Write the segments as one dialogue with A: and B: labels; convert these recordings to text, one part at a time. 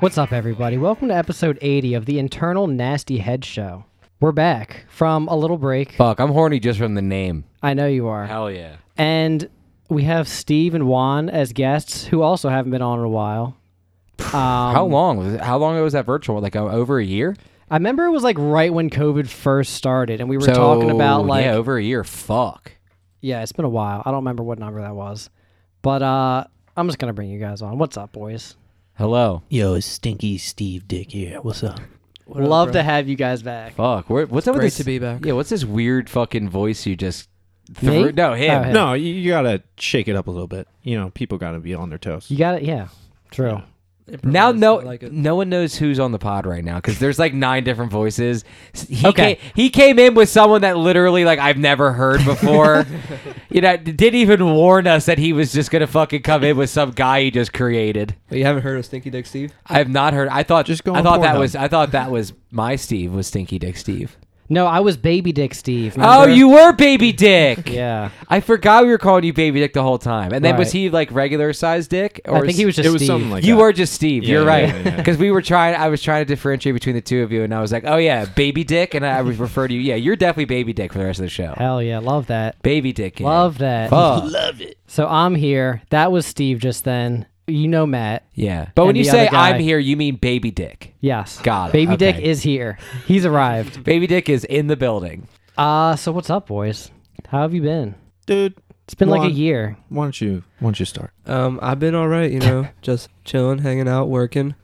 A: What's up, everybody? Welcome to episode 80 of the Internal Nasty Head Show. We're back from a little break.
B: Fuck, I'm horny just from the name.
A: I know you are.
B: Hell yeah.
A: And we have Steve and Juan as guests who also haven't been on in a while. Um,
B: How
C: Um,
B: long was it? How long ago was that virtual? Like uh, over a year?
A: I remember it was like right when COVID first started, and we were talking about like,
B: yeah,
A: yeah.
B: over a year. Fuck.
A: it's been a while. I don't remember what number that was. But uh I'm just going to bring you guys on. What's up, boys?
B: Hello.
D: Yo, it's Stinky Steve Dick here. What's up?
A: Love to have you guys back.
B: Fuck. Where, what's up with
C: Great
B: this?
C: to be back.
B: Yeah. What's this weird fucking voice you just threw?
A: Me?
B: No, him.
A: Oh, him.
C: No,
D: you, you gotta shake it up a little bit. You know, people gotta be on their toes.
A: You got it? Yeah. True.
B: Now no
C: I like it.
B: no one knows who's on the pod right now because there's like nine different voices. S- He
A: Okay.
B: came, he came in with someone that literally like I've never heard before. you know, d- didn't even warn us that he was just gonna fucking come in with some guy he just created.
C: Wait, you haven't heard of Stinky Dick Steve?
B: I have not heard. I thought
D: Just go
B: I
D: on
B: thought that
D: Pornhub.
B: was I thought that was my Steve was Stinky Dick Steve.
A: No, I was Baby Dick Steve.
B: Oh,
A: remember?
B: you were Baby Dick.
A: Yeah.
B: I forgot we were calling you Baby Dick the whole time. And then was
A: Right.
B: he like regular size Dick?
A: I think he was just
D: it was
A: Steve.
D: something like
B: you
D: that.
B: were just Steve.
D: Yeah,
B: You're
D: yeah,
B: right.
D: yeah, yeah.
B: Because we were trying. I was trying to differentiate between the two of you, and I was like, "Oh yeah, baby dick," and I would refer to you. Yeah, you're definitely baby dick for the rest of the show.
A: Hell yeah, love that.
B: Baby dick. gang.
A: Love that.
B: Fuck.
A: So I'm here. That was Steve just then. You know Matt.
B: yeah. But when
A: And
B: you
A: the
B: say
A: other guy-
B: I'm here, you mean baby dick.
A: Yes.
B: Got it.
A: Baby Dick
B: Okay.
A: is here. He's arrived.
B: Baby dick is in the building.
A: Uh so what's up, boys? How have you been?
D: dude.
A: It's been like a
D: Juan,
A: year.
D: Why don't you why don't you start?
C: Um, I've been all right, you know, just chilling, hanging out, working,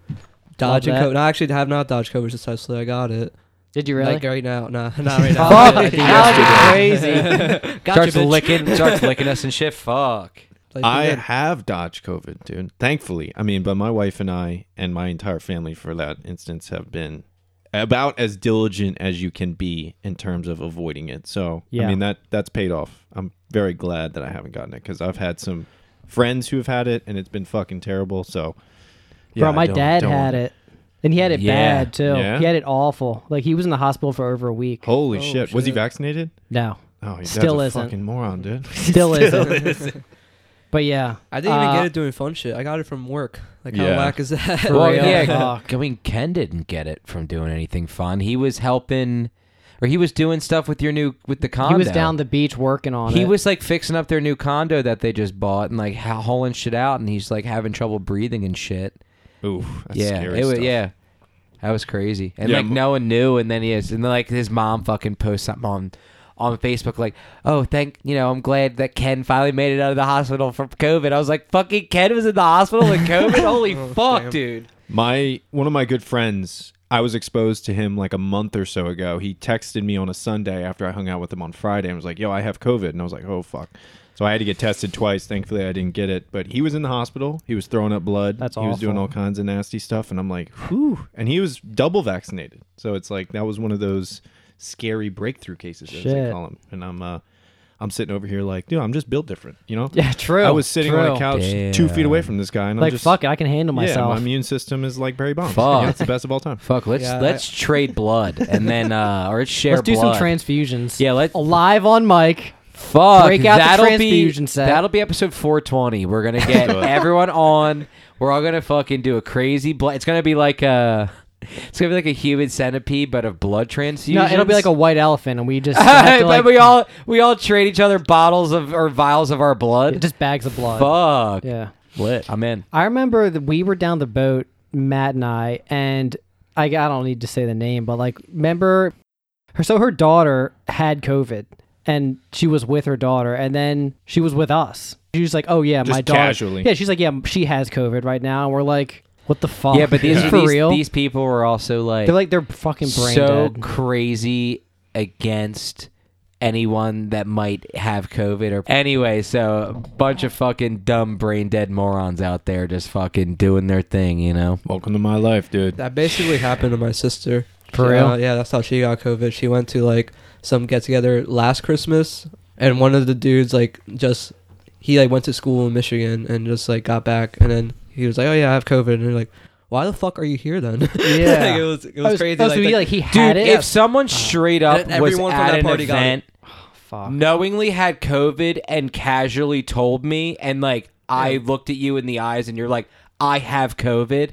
C: dodging
A: that.
C: COVID. No, I actually have not dodged COVID successfully. I got it.
A: Did you really?
C: Like right now, nah, not right now.
A: Fuck,
C: I did
A: that
C: yesterday.
A: would be crazy.
B: starts licking. starts licking us and shit. Fuck.
C: Like,
D: I
C: yeah.
D: have dodged COVID, dude. Thankfully. I mean, but my wife and I and my entire family for that instance have been about as diligent as you can be in terms of avoiding it. So
A: Yeah.
D: I mean that that's paid off. I'm very glad that I haven't gotten it because I've had some friends who have had it and it's been fucking terrible. So yeah,
A: Bro,
D: I
A: my
D: don't-
A: dad
D: don't-
A: had it. And he had it
B: Yeah.
A: bad too.
D: Yeah?
A: He had it awful. Like he was in the hospital for over a week.
D: Holy
C: Oh,
D: shit. Was he
C: shit.
D: vaccinated?
A: No.
D: Oh, your dad's
A: Still
D: a
A: isn't.
D: fucking moron, dude.
A: Still, isn't. But yeah.
C: I didn't even
A: uh,
C: get it doing fun shit. I got it from work. Like, how
D: Yeah.
C: whack is that?
A: For
B: well,
A: real.
B: yeah.
A: Fuck.
B: I mean, Ken didn't get it from doing anything fun. He was helping, or he was doing stuff with your new with the condo.
A: He was down the beach working on
B: He
A: it.
B: was like fixing up their new condo that they just bought and like ho- hauling shit out, and he's like having trouble breathing and shit.
D: Ooh, that's
B: yeah,
D: scary
B: it was
D: stuff.
B: yeah, that was crazy. And
D: Yeah,
B: like
D: m-
B: no one knew, and then he is, and then like his mom fucking posts something on on Facebook like, oh thank you know I'm glad that Ken finally made it out of the hospital from COVID. I was like, fucking Ken was in the hospital with COVID. Holy
D: Oh,
B: fuck, dude.
D: My one of my good friends, I was exposed to him like a month or so ago. He texted me on a Sunday after I hung out with him on Friday and was like, "Yo, I have COVID," and I was like, "Oh fuck." So I had to get tested twice. Thankfully, I didn't get it, but he was in the hospital. He was throwing up blood.
A: That's
D: he was doing
A: awful.
D: all kinds of nasty stuff, and I'm like, "Whew!" And he was double vaccinated, so it's like that was one of those scary breakthrough cases as
A: Shit.
D: they call them. And I'm uh, I'm sitting over here like, dude, I'm just built different, you know?
A: Yeah, true.
D: I was sitting on
A: true.
D: a couch two feet away from this guy, and
A: Like
D: I'm just
A: fuck it, I can handle myself.
D: yeah, my immune system is like Barry Bonds.
B: Fuck.
D: Yeah, it's the best of all time.
B: Fuck, let's
C: Yeah, I-
B: let's trade blood and then uh or share.
A: Let's do
B: blood.
A: some transfusions.
B: Yeah, let-
A: live on mic.
B: Fuck.
A: Break out the
B: that'll
A: transfusion
B: be,
A: set.
B: That'll be episode 420. We're gonna get
D: do it.
B: everyone on. We're all gonna fucking do a crazy blood. It's gonna be like a. It's gonna be like a human centipede, but of blood transfusions.
A: No, it'll be like a white elephant, and we just have
B: but
A: to, like,
B: we all we all trade each other bottles of or vials of our blood.
A: just bags of blood.
B: Fuck.
A: Yeah,
B: Lit. I'm in.
A: I remember that we were down the boat, Matt and I, and I, I don't need to say the name, but like, remember, her, so her daughter had COVID, and she was with her daughter, and then she was with us. She was like, "Oh yeah, my
D: Just
A: daughter."
D: casually.
A: Yeah, she's like, "Yeah, she has COVID right now," and we're like, "What the fuck?"
B: Yeah, but these
A: Oh, for
B: these,
A: real.
B: these people were also like
A: They're like they're fucking brain
B: so
A: dead.
B: crazy against anyone that might have COVID or anyway. So a bunch of fucking dumb brain dead morons out there just fucking doing their thing, you know.
D: Welcome to my life, dude.
C: That basically happened to my sister.
A: For
C: She,
A: real?
C: uh, yeah, that's how she got COVID. She went to like some get together last Christmas, and one of the dudes like just he like went to school in Michigan and just like got back, and then he was like, "Oh yeah, I have COVID," and they're like, why the fuck are you here then? Like,
A: Yeah.
C: it was it
A: Oh,
C: was
A: so-
C: crazy.
A: Oh,
C: like,
A: so he
C: the-
A: like he
B: Dude,
A: had
B: if
A: it.
B: someone straight up
C: And
B: was
C: everyone from
B: at
C: that
B: an
C: party got it.
B: event,
A: Fuck.
B: knowingly had COVID and casually told me, and like I looked at you in the eyes, and you're like, "I have COVID."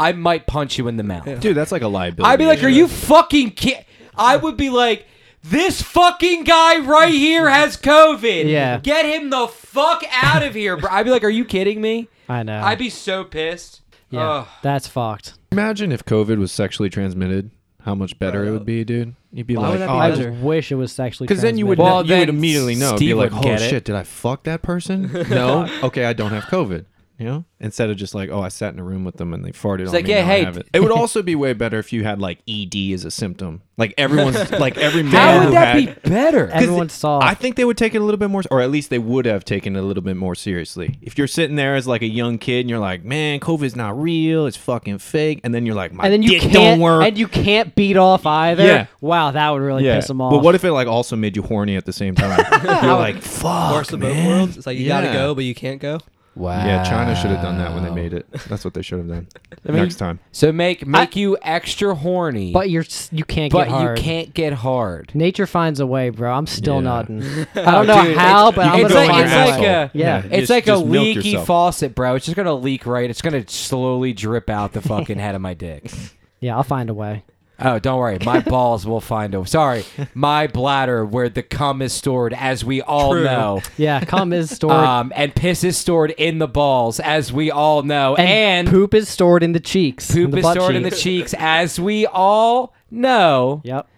B: I might punch you in the mouth.
D: Dude, that's like a liability.
B: I'd be like,
D: issue.
B: "Are you fucking kid?" I would be like, "This fucking guy right here has COVID.
A: Yeah.
B: get him the fuck out of here, bro." I'd be like, "Are you kidding me?"
A: I know.
B: I'd be so pissed.
A: yeah,
B: Ugh.
A: that's fucked.
D: Imagine if COVID was sexually transmitted. How much better it would be, dude. You'd be
C: Why
D: like,
C: would that be
D: "Oh,
A: I
C: better?
A: just wish it was sexually.
D: Because then you would,
A: transmitted.
B: Well,
D: you would
B: then
D: immedially know.
B: Steve
D: be like,
B: would
D: oh
B: get it."
D: shit, did I fuck that person? no. Okay, I don't have COVID. You know, instead of just like, oh, I sat in a room with them and they farted on
B: like,
D: me.
B: yeah,
D: now I
B: hey.
D: have it. it would also be way better if you had like ED as a symptom. Like everyone's, like every man.
B: How
D: who
B: would that
D: had-
B: be better?
A: everyone saw.
D: I think they would take it a little bit more, or at least they would have taken it a little bit more seriously. If you're sitting there as like a young kid and you're like, "Man, COVID's not real; it's fucking fake," and then you're like, "My
A: and then you
D: dick
A: can't.
D: don't work."
A: And you can't beat off either.
D: Yeah.
A: Wow, that would really piss them off.
D: But what if it like also made you horny at the same time? You're like, fuck,
C: worst of both
D: man."
C: worlds. It's like you gotta
D: Yeah.
C: go, but you can't go.
B: Wow.
D: Yeah, China should have done that when they made it. That's what they should have done. Next time.
B: So make make you extra horny,
A: But you're s- you can't
B: but
A: get hard.
B: you can't get hard.
A: Nature finds a way, bro. I'm still
D: Yeah.
A: nodding. I don't know
B: dude,
A: how,
B: it's-
A: but
B: you
A: I'm
B: can
A: gonna
B: go on
A: find
B: your
A: a
B: asshole.
A: way.
B: Yeah.
A: Yeah.
B: It's
D: just-
B: like
D: just
B: a
D: milk
B: leaky
D: yourself.
B: faucet, bro. It's just gonna leak right. It's gonna slowly drip out the fucking head of my dick.
A: yeah, I'll find a way.
B: Oh, don't worry. My balls will find a sorry. My bladder where the cum is stored, as we all
C: True.
B: know.
A: Yeah, cum is stored
B: Um, and piss is stored in the balls, as we all know.
A: and,
B: And,
A: poop is stored in the cheeks. in
B: poop
A: the
B: is
A: butt
B: stored in the
A: cheeks.
B: cheeks, as we all know.
A: Yep.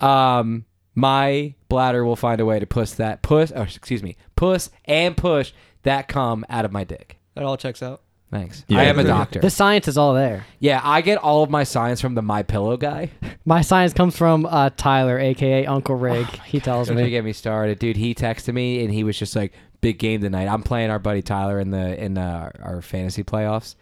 B: Um, my bladder will find a way to push that push. Or excuse me, push and push that cum out of my dick.
C: That all checks out.
B: Thanks.
D: Yeah,
B: I am a
D: agreed.
B: doctor.
A: The science is all there.
B: yeah, I get all of my science from the My Pillow guy.
A: My science comes from uh, Tyler, aka Uncle Rig. he tells
B: Don't even
A: me.
B: get me started, dude. He texted me and he was just like, "Big game tonight." I'm playing our buddy Tyler in the in uh, our fantasy playoffs.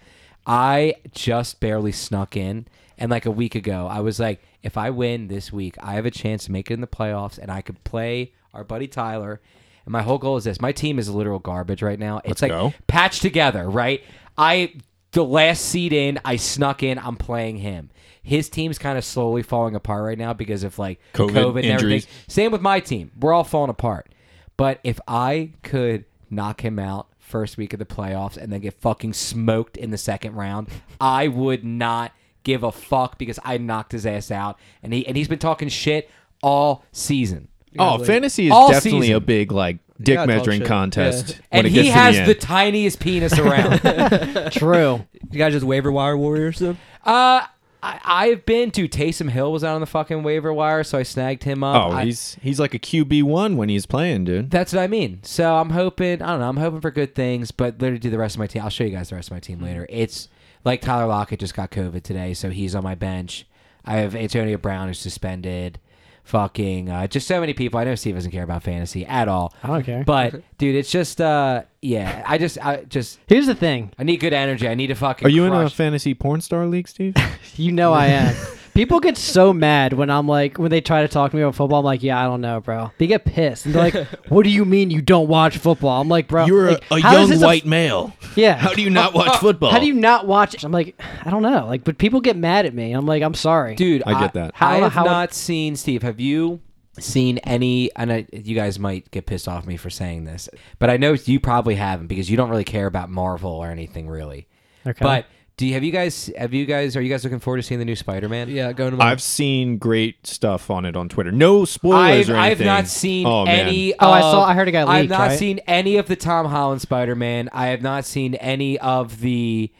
B: I just barely snuck in, and like a week ago, I was like, "If I win this week, I have a chance to make it in the playoffs, and I could play our buddy Tyler." And my whole goal is this: my team is literal garbage right now. It's like
D: go.
B: patched together, right? I the last seed in, I snuck in. I'm playing him. His team's kind of slowly falling apart right now because of like COVID,
D: COVID,
B: and everything.
D: injuries.
B: Same with my team. We're all falling apart. But if I could knock him out first week of the playoffs and then get fucking smoked in the second round, I would not give a fuck because I knocked his ass out and he and he's been talking shit all season.
D: Oh, fantasy is
B: All
D: definitely
B: season.
D: a big like dick
C: gotta talk
D: measuring
C: shit.
D: contest.
C: Yeah.
B: and
D: when it
B: he
D: gets to
B: has
D: the,
B: the,
D: end.
B: tiniest penis around. uh,
A: True.
C: You guys just waiver wire warriors them.
B: Uh, I, I've been to Taysom Hill was out on the fucking waiver wire, so I snagged him up.
D: Oh,
B: I-
D: he's he's like a QB one when he's playing, dude.
B: That's what I mean. So I'm hoping. I don't know. I'm hoping for good things, but literally do the rest of my team. I'll show you guys the rest of my team later. It's like Tyler Lockett just got COVID today, so he's on my bench. I have Antonio Brown who's suspended. Fucking uh, just so many people. I know Steve doesn't care about fantasy at all.
A: I don't care.
B: But dude, it's just uh, yeah. I just I just
A: Here's the thing.
B: I need good energy. I need to fucking.
D: Are you in a
B: crush.
D: fantasy porn star league, Steve?
A: You know I am. People get so mad when I'm like when they try to talk to me about football. I'm like, yeah, I don't know, bro. They get pissed and they're like, "What do you mean you don't watch football?" I'm like, bro, like, how does this aff-
D: male.
A: yeah. Uh,
D: do you not watch football?
A: How do you not watch? I'm like, I don't know. Like, but people get mad at me. I'm like, I'm sorry.
B: dude
D: I get that.
A: How-
B: i have
A: how-
B: not seen steve have you seen any and I, you guys might get pissed off me for saying this but i know you probably haven't because you don't really care about marvel or anything really
A: Okay.
B: but do you have you guys have you guys are you guys looking forward to seeing the new spider-man
C: Yeah, going to my
D: I've seen great stuff on it on Twitter. No spoilers
B: I've,
D: or
B: I've
D: anything.
B: not seen
D: Oh, man.
B: any.
A: Oh, I saw-
B: of-
A: I heard it got
B: I've
A: leaked,
B: not
A: right?
B: seen any of the Tom Holland Spider Man. I have not seen any of the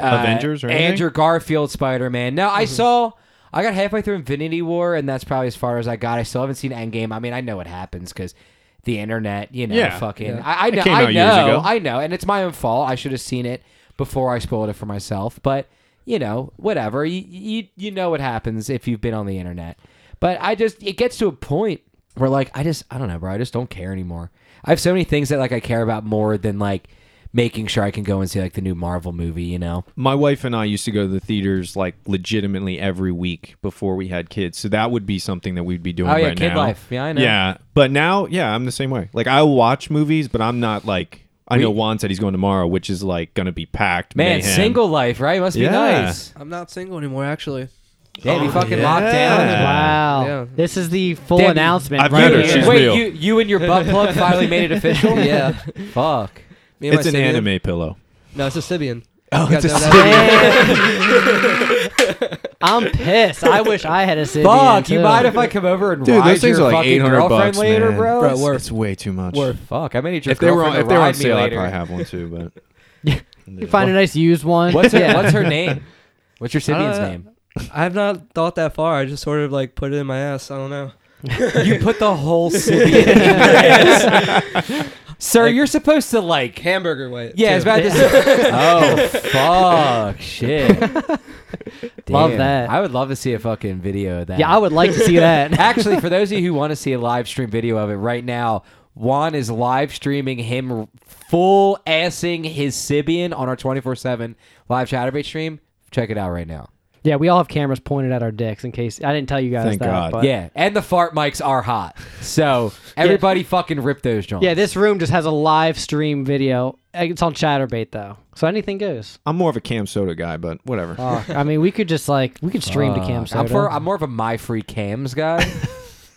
B: uh,
D: Avengers or anything?
B: Andrew Garfield Spider Man. No,
A: Mm-hmm.
B: I saw. I got halfway through Infinity War, and that's probably as far as I got. I still haven't seen Endgame. I mean, I know what happens because the internet, you know,
D: Yeah.
B: fucking.
C: Yeah.
B: I, I know.
D: came
B: I
D: out years
B: know.
D: ago.
B: I know, and it's my own fault. I should have seen it before I spoiled it for myself. But you know, whatever. You you, you know what happens if you've been on the internet. But I just it gets to a point where like I just I don't know, bro. I just don't care anymore. I have so many things that like I care about more than like making sure I can go and see like the new Marvel movie. You know.
D: my wife and I used to go to the theaters like legitimately every week before we had kids. So that would be something that we'd be doing
B: Oh, yeah,
D: right
B: kid
D: now.
B: life. Yeah, I know.
D: Yeah, but now, yeah, I'm the same way. Like I watch movies, but I'm not like I know Juan said he's going tomorrow, which is like going to be packed.
B: Man,
D: mayhem.
B: single life, right? Must be
D: Yeah.
B: nice.
C: I'm not single anymore, actually.
B: Yeah, be
D: Oh,
B: fucking
D: yeah.
B: locked down.
A: Wow.
C: Yeah.
A: This is the full
B: Debbie,
A: announcement
D: I've
A: right
D: met her.
A: here.
D: She's
B: Wait,
D: real.
B: you you and your butt plug finally made it official?
C: Yeah.
B: Fuck.
C: Me and
D: It's
C: my
D: an
C: Sibian-
D: anime pillow.
C: No, it's a Sibian.
D: Oh, it's
C: Got
D: a
C: that-
A: I'm pissed. I wish I had a Sibian.
B: Fuck. You
A: too.
B: mind if I come over and
D: Dude,
B: ride
D: those things
B: your
D: are like
B: fucking
D: 800
B: girlfririend
D: bucks,
B: later,
D: man.
B: bro?
C: Bro,
B: It's-
C: worth-
D: It's way too much.
C: Worth.
B: Fuck. I may need your
D: If they were on,
B: girlfriend
D: if
B: to
D: they were on
B: ride me
D: sale, I'd
B: later.
D: probably have one too. But
A: You find a nice used one.
B: What's her,
A: yeah.
B: what's her name? What's your Sibian's
C: Uh,
B: name?
C: I've not thought that far. I just sort of like put it in my ass. I don't know.
B: You put the whole Sibian in your ass. Sir, you're supposed to like
C: Hamburger white.
B: Yeah, it's
C: too.
B: about to say. oh fuck, shit.
A: Love
B: Damn.
A: that.
B: I would love to see a fucking video of that.
A: Yeah, I would like to see that.
B: Actually, for those of you who want to see a live stream video of it right now, Juan is live streaming him full assing his Sibian on our 24 7 live chatterbait stream. Check it out right now.
A: yeah, we all have cameras pointed at our dicks in case I didn't tell you guys
D: Thank
A: that.
D: God.
A: But yeah.
B: yeah, and the fart mics are hot. So everybody fucking rip those joints.
A: this room just has a live stream video. It's on Chatterbait though, so anything goes.
D: I'm more of a cam soda guy, but
B: Oh,
D: whatever.
A: Fuck. I mean, we could just like we could stream to Cam
B: Fuck. Uh, I'm, for,
A: Soda.
B: I'm more of a my free cams guy.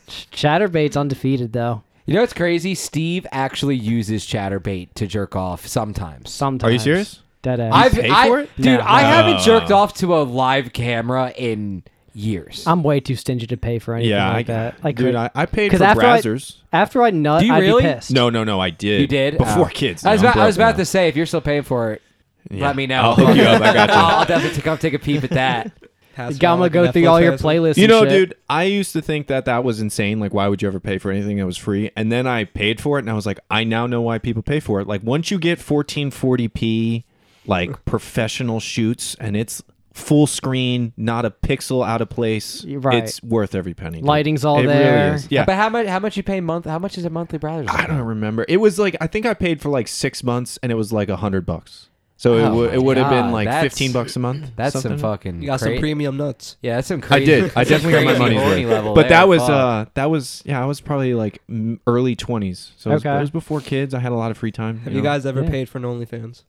A: Chatterbait's undefeated though.
B: You know what's crazy? Steve actually uses chatterbait to jerk off sometimes.
A: Sometimes.
D: Are you serious?
A: Dead ass.
B: I've,
D: pay
B: I,
D: for it?
B: dude,
A: No.
B: I haven't
D: No.
B: jerked off to a live camera in years.
A: I'm way too stingy to pay for anything
D: Yeah,
A: like
D: I,
A: that. I could.
D: dude, I, I paid
A: 'Cause
D: for
A: after I-
D: browsers.
A: After I nut,
B: Do you
A: I'd
B: really?
A: be pissed.
D: No, no, no. I did.
B: you did
D: before
B: Oh.
D: kids.
B: I was
D: No, I'm
B: about, I was
D: broke
B: about
D: now.
B: to say if you're still paying for it,
D: Yeah.
B: let me know.
D: I'll hook you up. I got you.
B: I'll definitely take, I'll take a peep at that.
C: Pass it
A: I'm
C: on
A: gonna
C: like
A: go
C: a
A: through
C: Netflix
A: all your
C: pass.
A: playlists.
D: You
A: and
D: know,
A: shit.
D: dude, I used to think that that was insane. Like, why would you ever pay for anything that was free? And then I paid for it, and I was like, I now know why people pay for it. Like, once you get 1440p, like professional shoots, and it's full screen, not a pixel out of place,
A: You're right.
D: it's worth every penny. dude.
A: Lighting's all
D: it
A: there.
D: Really is. Yeah.
B: But how much? How much you pay month? How much is a monthly browser?
D: I don't remember. It was like I think I paid for like six months, and it was like a hundred bucks. So
B: Oh
D: it would
B: my
D: it would have
B: God,
D: been like
B: that's-
D: fifteen bucks a month.
B: That's
D: something.
B: some fucking.
C: You got some
B: cra-
C: premium nuts.
B: Yeah, that's some
D: I
B: crazy.
D: did. I
B: that's some
D: definitely got my
B: crazy
D: money's
B: horny
D: worth.
B: level
D: But
B: there,
D: that was
B: fuck.
D: uh that was yeah, I was probably like m- early 20s. So it was,
A: Okay.
D: it was before kids. I had a lot of free time.
C: Have
D: know?
C: you guys ever
A: Yeah.
C: paid for an OnlyFans?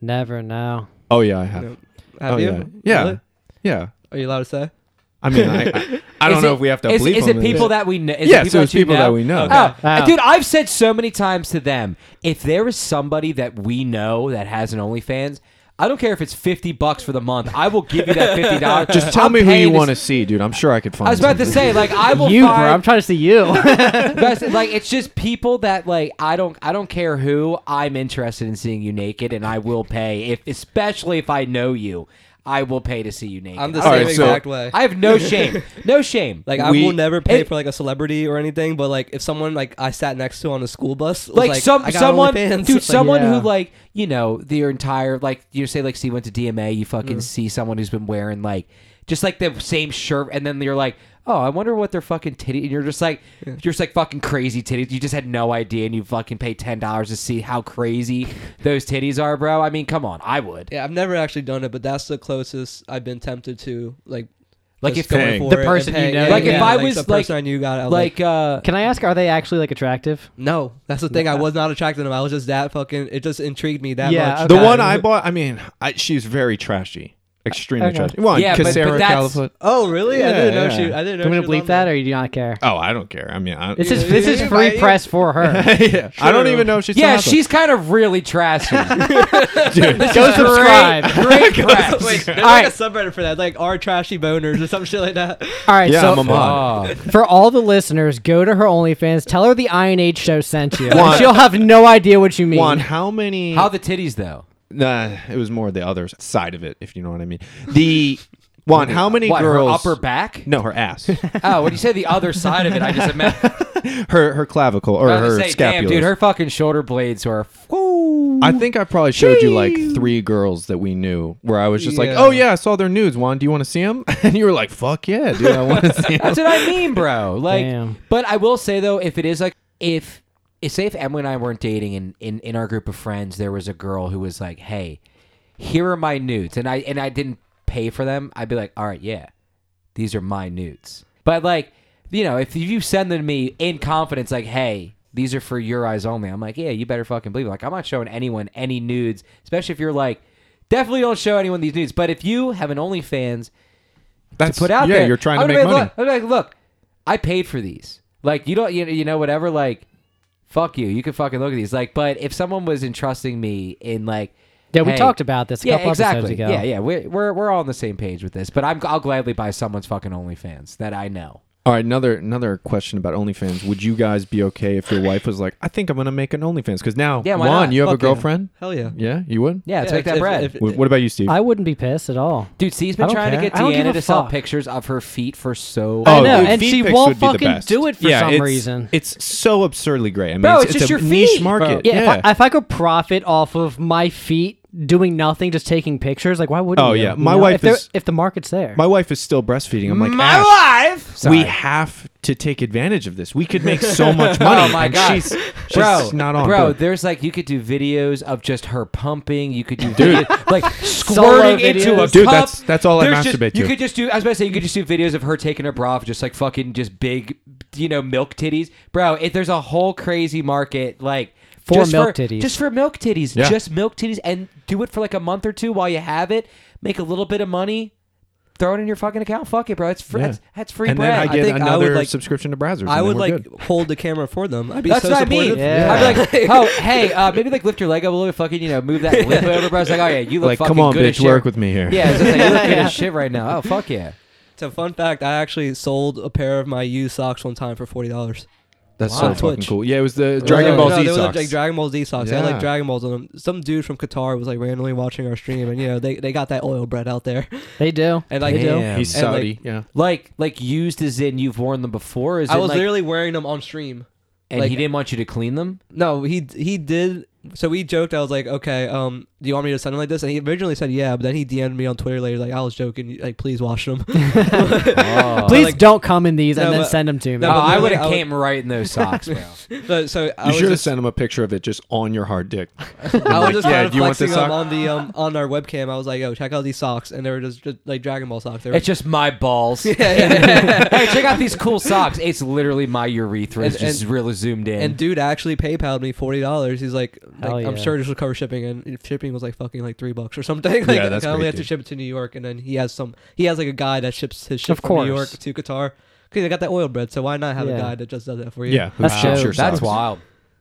A: Never know.
D: Oh yeah, I have.
C: No. Have
D: Oh
C: you?
D: yeah. Yeah.
C: Really?
D: Yeah.
C: Are you allowed to say?
D: I mean, I, I, I don't
B: Is
D: know
B: it-
D: if we have to
B: Is,
D: bleep
B: is
D: on
B: it
D: this.
B: people that we know? Is
D: Yeah,
B: it people
D: so it's
B: you
D: people that
B: know?
D: we know.
B: Oh,
A: Okay.
B: dude, I've said so many times to them. If there is somebody that we know that has an OnlyFans, I don't care if it's fifty bucks for the month. I will give you that fifty dollars.
D: Just tell me who you want to see, dude. I'm sure I could find
B: I was about to
D: something.
B: say, like, I will
A: you, bro. I'm
B: find
A: trying to see you.
B: best, like it's just people that like I don't I don't care who I'm interested in seeing you naked, and I will pay if especially if I know you, I will pay to see you naked.
C: I'm the
B: I
C: same
B: don't-
D: Alright, so-
C: exact way.
B: I have no shame, no shame.
C: like I
D: We-
C: will never pay
B: it-
C: for like a celebrity or anything, but like if someone like I sat next to on a school bus, was
B: like, some
C: I got
B: someone
C: OnlyFans.
B: dude
C: Like,
B: someone
A: yeah.
B: who like you know their entire like you say like see went to DMA you fucking see someone who's been wearing like just like the same shirt and then you're like oh I wonder what their fucking titty and you're just like you're just like fucking crazy titties you just had no idea and you fucking pay ten dollars to see how crazy those titties are bro I mean come on I would
C: Yeah, I've never actually done it, but that's the closest I've been tempted to like.
B: Like if-
C: just going
D: Paying.
C: for
A: The
C: it and
A: person you
C: paying-
A: know.
C: yeah,
A: Like if
C: yeah,
B: I was,
C: the
B: like-
C: person I knew got out, like,
B: like uh
A: Can I ask? Are they actually like attractive?
C: no, that's the thing. I was not attracted to him. I was just that fucking. It just intrigued me that
A: Yeah,
C: much.
A: okay.
D: The
A: that.
D: one I bought, I mean, I, she's very trashy. Extremely
A: Okay.
D: trashy. One,
B: Yeah, but- but
D: Casera
B: that's-
D: Califa-
C: Oh really? I didn't know
D: Yeah,
C: she.
D: yeah.
C: I didn't know.
A: I'm
C: she
A: gonna
C: was
A: bleep
C: on
A: that,
C: there.
A: or you do not care?
D: Oh, I don't care. I mean, I,
A: This is this is free press for her.
D: yeah. I don't even know if she's
B: yeah
D: Califa.
B: she's kind of really trashy
A: Go subscribe.
B: great press
C: Wait, there's
A: Alright.
C: like a subreddit for that, like our trashy boners or some shit like that.
A: All right,
D: Yeah,
A: so
D: I'm a mod.
B: Oh.
A: for all the listeners, go to her OnlyFans. Tell her the Iron Age show sent you.
D: Juan-
A: She'll have no idea what you mean.
D: Juan, how many?
B: how the titties though
D: Nah, it was more the other side of it, if you know what I mean. The Juan, how many
B: what
D: girls?
B: her upper back
D: no, her ass,
B: Oh, when you say the other side of it, I just imagine.
D: her her clavicle or
B: I was
D: her
B: gonna say, damn,
D: scapula.
B: dude, her fucking shoulder blades are. Woo.
D: I think I probably showed you like three girls that we knew where I was just like,
C: Yeah.
D: oh yeah, I saw their nudes. Juan, do you want to see them? And you were like, fuck yeah, dude, I want to see them.
B: That's what I mean, bro. Like,
A: Damn.
B: but I will say though, if it is like, if, if say if Emily and I weren't dating, and in in our group of friends there was a girl who was like, hey, here are my nudes, and I and I didn't pay for them, I'd be like, all right, yeah, these are my nudes. But like, you know, if you send them to me in confidence, like, hey. these are for your eyes only. I'm like, yeah, you better fucking believe it. Like, I'm not showing anyone any nudes, especially if you're like, definitely don't show anyone these nudes. But if you have an OnlyFans
D: That's
B: to put out
D: yeah,
B: there,
D: you're trying to
B: I'm
D: make
B: gonna be
D: money.
B: like, Look, I'm like, look, I paid for these. Like, you don't, you know, you know, whatever. Like, fuck you. You can fucking look at these. Like, but if someone was entrusting me in like,
A: Yeah, we
B: hey,
A: talked about this a
B: yeah,
A: couple
B: exactly.
A: episodes ago.
B: Yeah, yeah, we're, we're we're all on the same page with this. But I'm I'll gladly buy someone's fucking OnlyFans that I know.
D: All right, another another question about OnlyFans. Would you guys be okay if your wife was like, "I think I'm gonna make an OnlyFans"? Because now,
B: Yeah, why
D: Juan,
B: not?
D: you have a
C: Fuck yeah.
D: girlfriend.
C: Hell yeah.
D: Yeah, you would.
B: Yeah,
C: Yeah,
B: take that
C: if-
B: bread,
C: if-
D: Wh- What about you, Steve?
A: I wouldn't be pissed at all.
B: dude. Steve's
A: I
B: been
A: don't
B: trying
A: care.
B: to get
A: I don't give a
B: Deanna to sell
A: fuck.
B: pictures of her feet for so.
A: I
D: Oh,
A: know,
D: dude,
A: and
D: feet
A: she
D: pics
A: won't
D: would be the
A: fucking
D: best.
A: do it for
D: yeah,
A: some
D: it's,
A: reason.
D: It's so absurdly gray. I mean,
B: Bro,
D: it's,
B: it's
D: it's
B: just
D: a
B: your
D: niche
B: feet, bro.
D: market.
A: Yeah,
D: Yeah.
A: If, I, if I could profit off of my feet doing nothing, just taking pictures, like why wouldn't?
D: Oh,
A: you?
D: yeah.
A: You
D: My
A: know?
D: wife
A: if there-
D: is-
A: if the market's there.
D: My wife is still breastfeeding. I'm like,
B: my
D: "Ash,
B: wife.
D: we have to take advantage of this. We could make so much money.
B: Oh my
D: and
B: god,
D: she's, she's
B: bro,
D: not on
B: Bro,
D: board.
B: there's like you could do videos of just her pumping. You could do videos, like squirting into a
A: videos.
D: Dude,
B: cup.
D: that's- that's all I
B: There's just-
D: masturbate
B: You
D: to.
B: could just do. I was about to say you could just do videos of her taking her bra off, just like fucking just big, you know, milk titties, bro. If there's a whole crazy market like.
A: For
B: just
A: milk titties.
B: just for milk titties,
D: Yeah.
B: just milk titties, and do it for like a month or two while you have it. Make a little bit of money, throw it in your fucking account. Fuck it, bro. It's free.
D: Yeah.
B: That's, that's free
D: and
B: bread.
D: then I
C: I
D: get
C: think I
D: another
C: would, like-
D: subscription to browsers.
C: I
D: and
C: would
D: then we're
C: like
D: good.
C: hold the camera for them. I'd be
B: That's
C: so
B: what I mean.
C: supportive.
A: Yeah.
B: I'd be like, oh, hey, uh, maybe like lift your leg up a little bit, fucking, you know, move that lip over, bro. It's like, oh yeah, you look
D: like,
B: fucking
D: come on,
B: good as
D: bitch,
B: shit.
D: work with me here.
B: Yeah, it's just like, you look good
A: Yeah.
B: as shit right now. Oh fuck yeah,
C: So fun fact, I actually sold a pair of my used socks one time for forty dollars.
D: that's
B: Wow.
D: so fucking
C: Twitch.
D: cool. Yeah, it was the Dragon Ball Z
C: they were
D: socks.
C: like Dragon Ball Z socks. They had
D: Yeah.
C: like Dragon Balls on them. Some dude from Qatar was like randomly watching our stream, and you know they, they got that oil bread out there.
A: they do.
C: And like
A: they do.
B: Damn.
D: He's
C: And, like,
D: Saudi. yeah.
B: like like used as in you've worn them before. Is
C: I
B: it
C: was
B: like,
C: literally wearing them on stream.
B: and
C: like-
B: he didn't want you to clean them.
C: No, he he did. So we joked. I was like, okay, um, do you want me to send him like this? And he originally said yeah, but then he DM'd me on Twitter later like I was joking. Like please wash them.
B: Oh,
A: Please
C: like-
A: don't come in these
C: No,
A: and then
C: but-
A: send them to me. Oh,
C: No, but
B: I would
C: literally, I
B: have
C: would-
B: came right in those socks, bro.
C: but, so I
D: You
C: was
D: should have
C: just-
D: sent him a picture of it just on your hard dick.
C: I
D: Like,
C: was just
D: yeah,
C: kind of
D: do you want this sock?
C: flexing them on the um on our webcam. I was like, "Yo, check out these socks," and they were just, just like Dragon Ball socks. They were,
B: It's just my balls. hey, check out these cool socks. It's literally my urethra. It's
C: And-
B: just
C: and-
B: really zoomed in.
C: and dude actually PayPal'd me forty dollars. He's like,
A: Hell
C: like, "I'm
A: yeah.
C: sure this will cover shipping," and shipping was like fucking like three bucks or something. Like,
D: Yeah, that's
C: I only
D: great,
C: had to
D: dude.
C: ship it to New York, and then he has some. He has like a guy that ships his ship
A: Of
C: from New York
A: course.
C: to Qatar. Cause they got that oil bread, so why not have
A: Yeah.
C: a guy that just does that for you?
D: Yeah, who
A: That's
D: ships
A: dope.
D: your
B: that's
D: socks.
B: wild.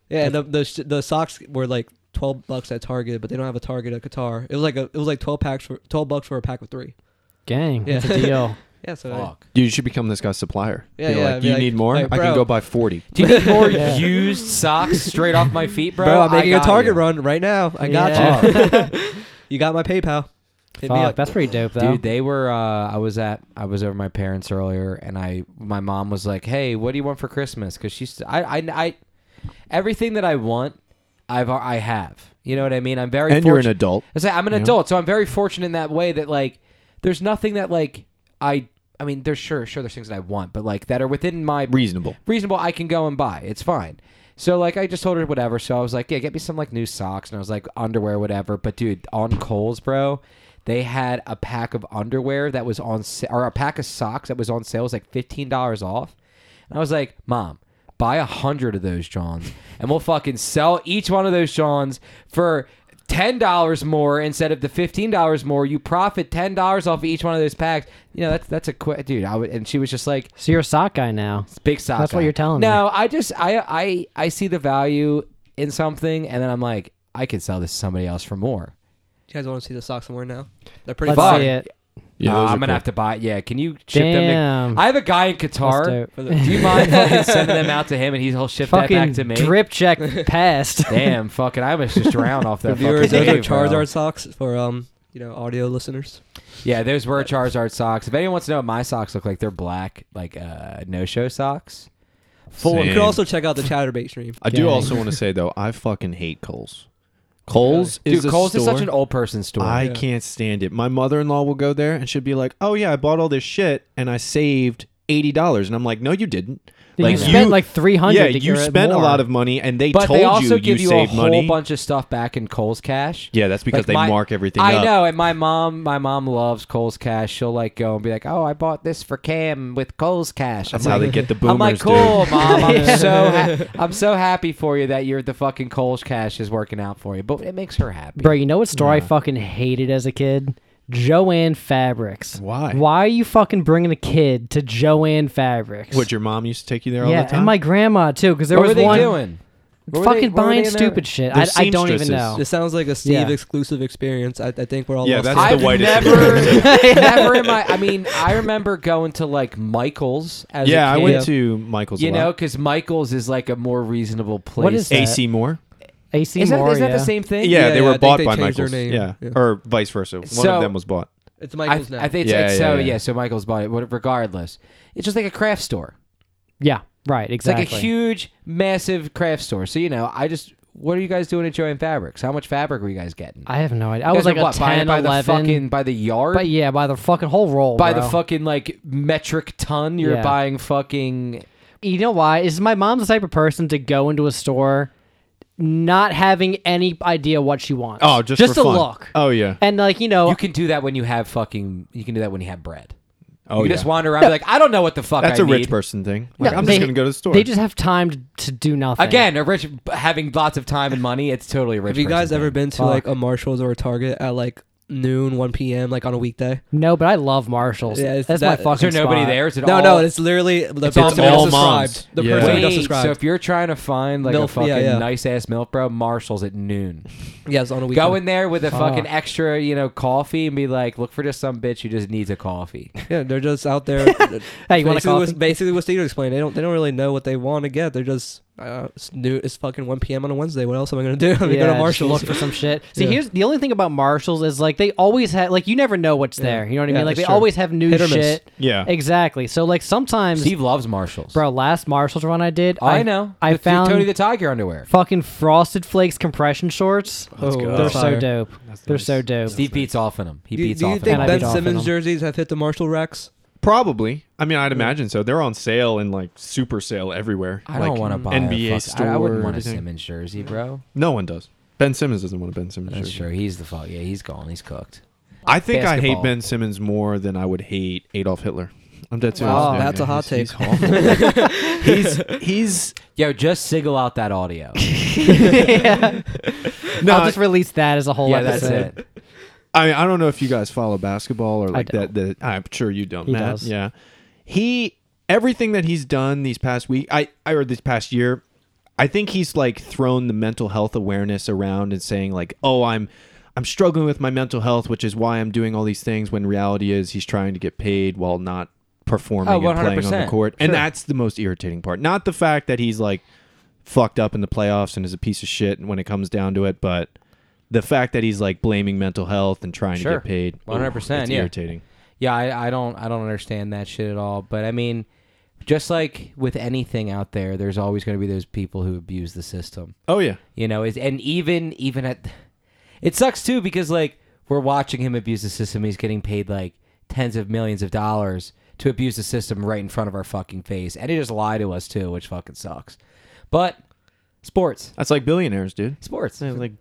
C: yeah. And the the, sh- the socks were like twelve bucks at Target, but they don't have a Target at Qatar. It was like a it was like twelve packs for twelve bucks for a pack of three.
A: Gang,
C: Yeah.
A: it's a deal.
C: Yeah, so I-
B: Fuck.
D: You should become this guy's supplier.
C: Yeah,
D: Be
C: yeah,
D: Like,
C: be
D: you
C: like-
D: need more?
C: like,
D: I can
C: bro.
D: go buy 40.
B: Do you need more
A: Yeah.
B: used socks straight off my feet, bro?
C: bro, I'm making
B: a
C: a Target run right now. I got
A: Yeah.
C: you. you got my PayPal. Hit me
A: Fuck,
C: up.
A: that's pretty dope though.
B: Dude, they were. Uh, I was at. I was over my parents earlier, and I. My mom was like, "Hey, what do you want for Christmas?" Because she's. I, I. I. Everything that I want, I've. al- I have. You know what I mean? I'm very.
D: And you're an
B: fortunate-
D: adult.
B: I say, I'm an
D: Yeah.
B: adult, so I'm very fortunate in that way that like, there's nothing that like I. I mean, there's sure, sure, there's things that I want, but like that are within my
D: Reasonable.
B: reasonable I can go and buy. It's fine. So like I just told her whatever. So I was like, yeah, get me some like new socks and I was like underwear whatever. But dude, on Kohl's, bro, they had a pack of underwear that was on sa- or a pack of socks that was on sale It was like fifteen dollars off. And I was like, mom. Buy a hundred of those Johns, and we'll fucking sell each one of those Johns for ten dollars more instead of the fifteen dollars more. You profit ten dollars off of each one of those packs. You know that's that's a quick dude. I would, and she was just like,
A: so you're a sock guy now.
B: Big sock.
A: That's what
B: guy.
A: you're telling
B: no, I just I I I see the value in something, and then I'm like, I could sell this to somebody else for more.
C: You guys want to see the socks I'm wearing now? They're pretty
A: Let's
B: fuck.
A: see
C: fire.
A: it.
D: Yeah,
B: Uh,
D: those
B: I'm
D: are
B: gonna
D: cool.
B: have to buy. Yeah, can you ship them?
A: Damn.
B: To, I have a guy in
A: That's
B: Qatar.
A: dope.
C: For
B: Do
C: the-
B: you mind fucking sending them out to him, and he's, he'll ship that
A: Fucking
B: back to me?
A: drip check passed.
B: Damn, fucking, I must just drown off
C: the
B: that.
C: viewers,
B: fucking
C: those are
B: wave, bro.
C: Charizard socks for um, you know, audio listeners.
B: Yeah, those were Charizard socks. If anyone wants to know what my socks look like, they're black, like uh, no-show socks. Full.
D: Same.
C: You could also check out the Chatterbait stream.
D: I do also want to say though, I fucking hate Coles. Coles
B: Dude,
D: is a
B: Kohl's is
D: store-
B: such an old person store.
D: I
C: Yeah.
D: can't stand it. My mother in law will go there and she'll be like, "Oh yeah, I bought all this shit and I saved eighty dollars, and I'm like, no, you didn't.
A: you spent like 300
D: Yeah,
A: to
D: you
A: get
D: spent a
A: more.
D: lot of money, and they
B: But
D: told
B: they also
D: you
B: give
D: you
B: you, a
D: saved
B: whole
D: money.
B: bunch of stuff back in Cole's Cash.
D: Yeah, that's because
B: Like
D: they
B: my-
D: mark everything.
B: I
D: up.
B: know, and my mom, my mom loves Cole's Cash. She'll like go and be like, "Oh, I bought this for Cam with Cole's Cash."
D: That's
B: I'm
D: how
B: like,
D: they get the boomers.
B: I'm like,
D: dude.
B: cool, mom. I'm so ha- I'm so happy for you that you're the fucking Cole's Cash is working out for you, but it makes her happy.
A: Bro, you know what store I fucking hated as a kid? Joanne Fabrics.
D: Why?
A: Why are you fucking bringing a kid to Joanne Fabrics?
D: What your mom used to take you there all
A: yeah,
D: the time?
A: and my grandma too, because there
B: what
A: was
B: were they
A: one
B: doing? What were
A: fucking
B: they- what were they
A: buying
B: in there?
A: stupid shit.
D: They're
A: I, I don't even
D: seamstresses.
A: know.
C: This sounds like a Steve
A: Yeah.
C: exclusive experience. I, I think we're all
D: Yeah,
C: lost.
D: that's
C: in-
D: the
B: I've
D: whitest
B: never, never in my. I mean, I remember going to like Michaels as
D: yeah,
B: a
D: I
B: kid,
D: went to Michael's.
B: You
D: a
B: know,
D: lot.
B: because Michaels is like a more reasonable place.
A: What is that?
D: AC Moore.
A: AC
B: Is that,
A: Moore,
B: isn't that
A: yeah.
B: the same thing?
D: Yeah,
C: Yeah,
D: they
C: yeah, I
D: were
C: think
D: bought
C: they
D: by
C: changed their
D: Michael's.
C: name.
D: Yeah.
C: Yeah.
D: or vice versa. One
B: So-
D: of them was bought.
C: it's
B: I,
C: Michael's now.
B: I think it's,
D: Yeah,
B: it's
D: yeah,
B: so
D: yeah.
B: yeah. So Michaels bought it. What- Regardless, it's just like a craft store.
A: Yeah, right,
B: It's like
A: exactly.
B: a huge, massive craft store. So you know, I just what are you guys doing at Joann Fabrics? How much fabric were you guys getting?
A: I have no idea. I
B: You
A: was
B: guys
A: like
B: were
A: a
B: what, buying
A: 10,
B: it by the
A: 11.
B: fucking by the yard,
A: but yeah, by the fucking whole roll.
B: by the
A: bro.
B: fucking like metric ton. You're
A: Yeah.
B: buying fucking
A: You know why? Is my mom's the type of person to go into a store not having any idea what she wants.
D: Oh, just
A: just
D: for
A: a
D: fun.
A: look.
D: Oh yeah.
A: and like you know,
B: You can do that when you have fucking. You can do that when you have bread.
D: Oh
B: you
D: yeah.
B: just wander around and be like, I don't know what the fuck.
D: That's
B: a
D: a rich person thing. Like,
A: No,
D: I'm
A: they-
D: just gonna go to the store.
A: They just have time to, to do nothing.
B: Again, a rich having lots of time and money. It's totally a rich.
C: Have you guys
B: person
C: ever
B: thing.
C: been to
A: Fuck.
C: like a Marshalls or a Target at like noon, one p.m. like on a weekday?
A: no, but I love Marshalls.
C: Yeah, it's
A: That's
C: that-
A: my
C: is
A: fucking.
B: Is there nobody
A: spot.
B: there? Is it
C: No,
B: all,
C: no, it's literally the
D: all
C: person who just
D: moms.
C: subscribed. The
D: Yeah.
C: person who
B: Wait,
C: just
B: so
C: subscribed.
B: if you're trying to find like a
C: Milf,
B: fucking
C: yeah, yeah.
B: nice ass milk, bro, Marshall's at noon.
C: yes, on a weekday.
B: Go in there with a
A: Fuck.
B: fucking extra, you know, coffee and be like, look for just some bitch who just needs a coffee.
C: Yeah, they're just out there.
A: Hey, you want a
C: basically,
A: coffee?
C: what, basically what Steven explained. They don't. They don't really know what they want to get. They're just. Uh, it's new. It's fucking one p.m. on a Wednesday. What else am I gonna do? I'm gonna
A: yeah,
C: go to
A: just
C: Marshalls.
A: look for some shit. See,
C: Yeah.
A: here's the only thing about Marshalls is like they always have like you never know what's
C: Yeah.
A: there. You know what I
C: Yeah,
A: mean? Like
C: that's
A: they
C: true.
A: always have new
C: Hit or miss.
A: shit.
D: yeah.
A: Exactly. So like sometimes,
B: Steve loves Marshalls.
A: bro, last Marshalls run I did,
B: I, know.
A: I
B: The- the
A: found
B: Tony the Tiger underwear.
A: fucking Frosted Flakes compression shorts.
D: Let's go.
A: They're so
C: Fire.
A: dope. They're so dope.
B: Oh, Steve beats off in them. He
C: Do, you-
B: beats
C: do
B: off
C: you
B: in
C: think
A: And I
B: them.
C: Ben
A: beat off in them.
C: Simmons jerseys have hit the Marshall racks?
D: Probably. I mean, I'd imagine so. They're on sale and like super sale everywhere.
B: I don't
D: Like,
B: want to buy
D: NBA
B: a fuck, I, I
D: store,
B: wouldn't want a
D: everything.
B: Simmons jersey, bro.
D: No one does. Ben Simmons doesn't want a Ben Simmons
B: That's
D: jersey.
B: true. He's the fuck. Yeah, he's gone. He's cooked.
D: I think I hate
B: Basketball.
D: Ben Simmons more than I would hate Adolf Hitler. I'm dead serious.
A: Wow,
D: man.
C: that's a hot
D: He's-
C: take.
D: He's awful. he's, he's
B: Yo, just sigil out that audio.
A: Yeah.
D: no.
A: I'll just release that as a whole
B: yeah, that's
A: episode.
B: it.
D: I I don't know if you guys follow basketball or like
A: don't.
D: that. That I'm sure you don't.
A: He
D: Matt.
A: does.
D: Yeah, he everything that he's done these past week. I I heard this past year. I think he's like thrown the mental health awareness around and saying like, oh, I'm I'm struggling with my mental health, which is why I'm doing all these things. When reality is he's trying to get paid while not performing
B: Oh,
D: and playing on the
B: 100%.
D: court, and
B: Sure.
D: that's the most irritating part. Not the fact that he's like fucked up in the playoffs and is a piece of shit when it comes down to it, but the fact that he's like blaming mental health and trying to
B: Sure.
D: get paid
B: 100%,
D: it's
B: yeah.
D: irritating
B: Yeah, I, I don't I don't understand that shit at all. But I mean, just like with anything out there, there's always going to be those people who abuse the system.
D: oh yeah
B: You know, is and even even at it sucks too because like we're watching him abuse the system. He's getting paid like tens of millions of dollars to abuse the system right in front of our fucking face, and he just lied to us too, which fucking sucks. But sports,
D: that's like billionaires dude
B: sports.
D: They're like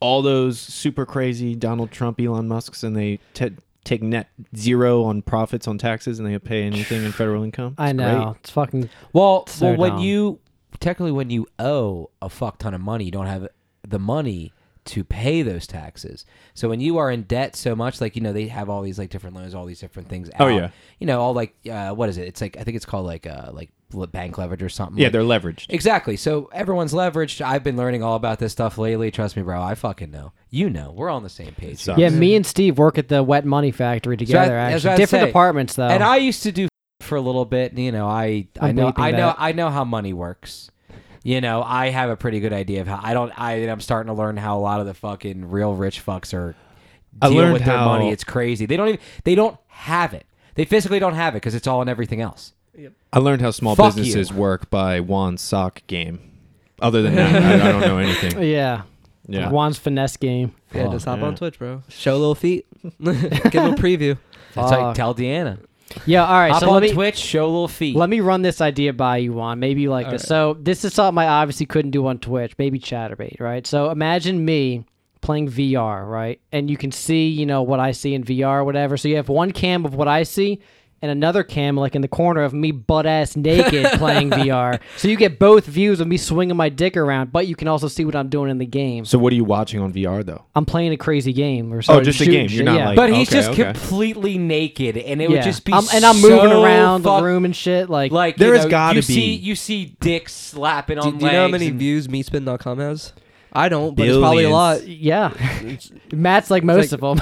D: all those super crazy donald trump elon musks and they t- take net zero on profits on taxes and they don't pay anything in federal income
A: I
D: It's
A: know.
D: great.
A: It's fucking
B: Well,
A: So
B: well, when
A: dumb.
B: you technically when you owe a fuck ton of money, you don't have the money to pay those taxes. So when you are in debt so much, like you know, they have all these like different loans, all these different things. Out.
D: Oh, yeah.
B: you know, all like uh, what is it? It's like I think it's called like uh, like le- bank leverage or something.
D: yeah
B: like-
D: they're leveraged
B: exactly. So everyone's leveraged. I've been learning all about this stuff lately. Trust me, bro. I fucking know. You know, we're on the same page.
D: sucks.
A: Yeah, me and Steve work at the Wet Money Factory
B: So I-
A: together.
B: that's
A: actually,
B: what I'd
A: different
B: say.
A: departments though.
B: And I used to do for a little bit. and, You know, I
A: Oh.
B: I
A: I'm
B: know
A: bleeping
B: I know
A: that.
B: I know how money works. You know, I have a pretty good idea of how I don't. I I'm starting to learn how a lot of the fucking real rich fucks are
D: I
B: deal
D: learned
B: with their
D: how-
B: money. It's crazy. They don't even. They don't have it. They physically don't have it because it's all in everything else.
D: i learned how small
B: Fuck
D: businesses
B: you.
D: work by juan's sock game other than that I, I don't know anything
A: yeah.
D: yeah
A: Juan's finesse game.
C: Yeah,
D: Oh,
C: just hop
D: yeah.
C: on Twitch, bro. Show a little feet. Give a little preview.
B: That's how you
A: Fuck.
B: tell Deanna.
A: Yeah. All right.
B: Up
A: so
B: on
A: let me
B: Twitch, show little feet.
A: let me run this idea by you on. Maybe you like
C: All
A: this.
C: right.
A: So this is something I obviously couldn't do on Twitch. Maybe ChatterBait, right? So imagine me playing VR, right? And you can see, you know, what I see in VR, or whatever. So you have one cam of what I see. And another cam, like in the corner of me, butt ass naked playing VR. So you get both views of me swinging my dick around, but you can also see what I'm doing in the game.
D: So what are you watching on VR though?
A: I'm playing a crazy game or something.
D: Oh, just a
A: shooting
D: game. You're
A: shit,
D: not,
A: yeah.
D: like,
B: but he's
D: Okay,
B: just
D: okay.
B: completely naked, and it would
A: Yeah.
B: just be
A: I'm, and I'm
B: so
A: moving around
B: fuck-
A: the room and shit. Like,
B: Like
D: There
B: you
D: has
B: know,
D: gotta
B: you
D: be-
B: See, you see dicks slapping
C: Do,
B: on.
C: do you know how
B: legs
C: many
B: and-
C: views meatspin.com has? I don't, but it's probably a lot.
D: Billions.
A: yeah, Matt's like most of them.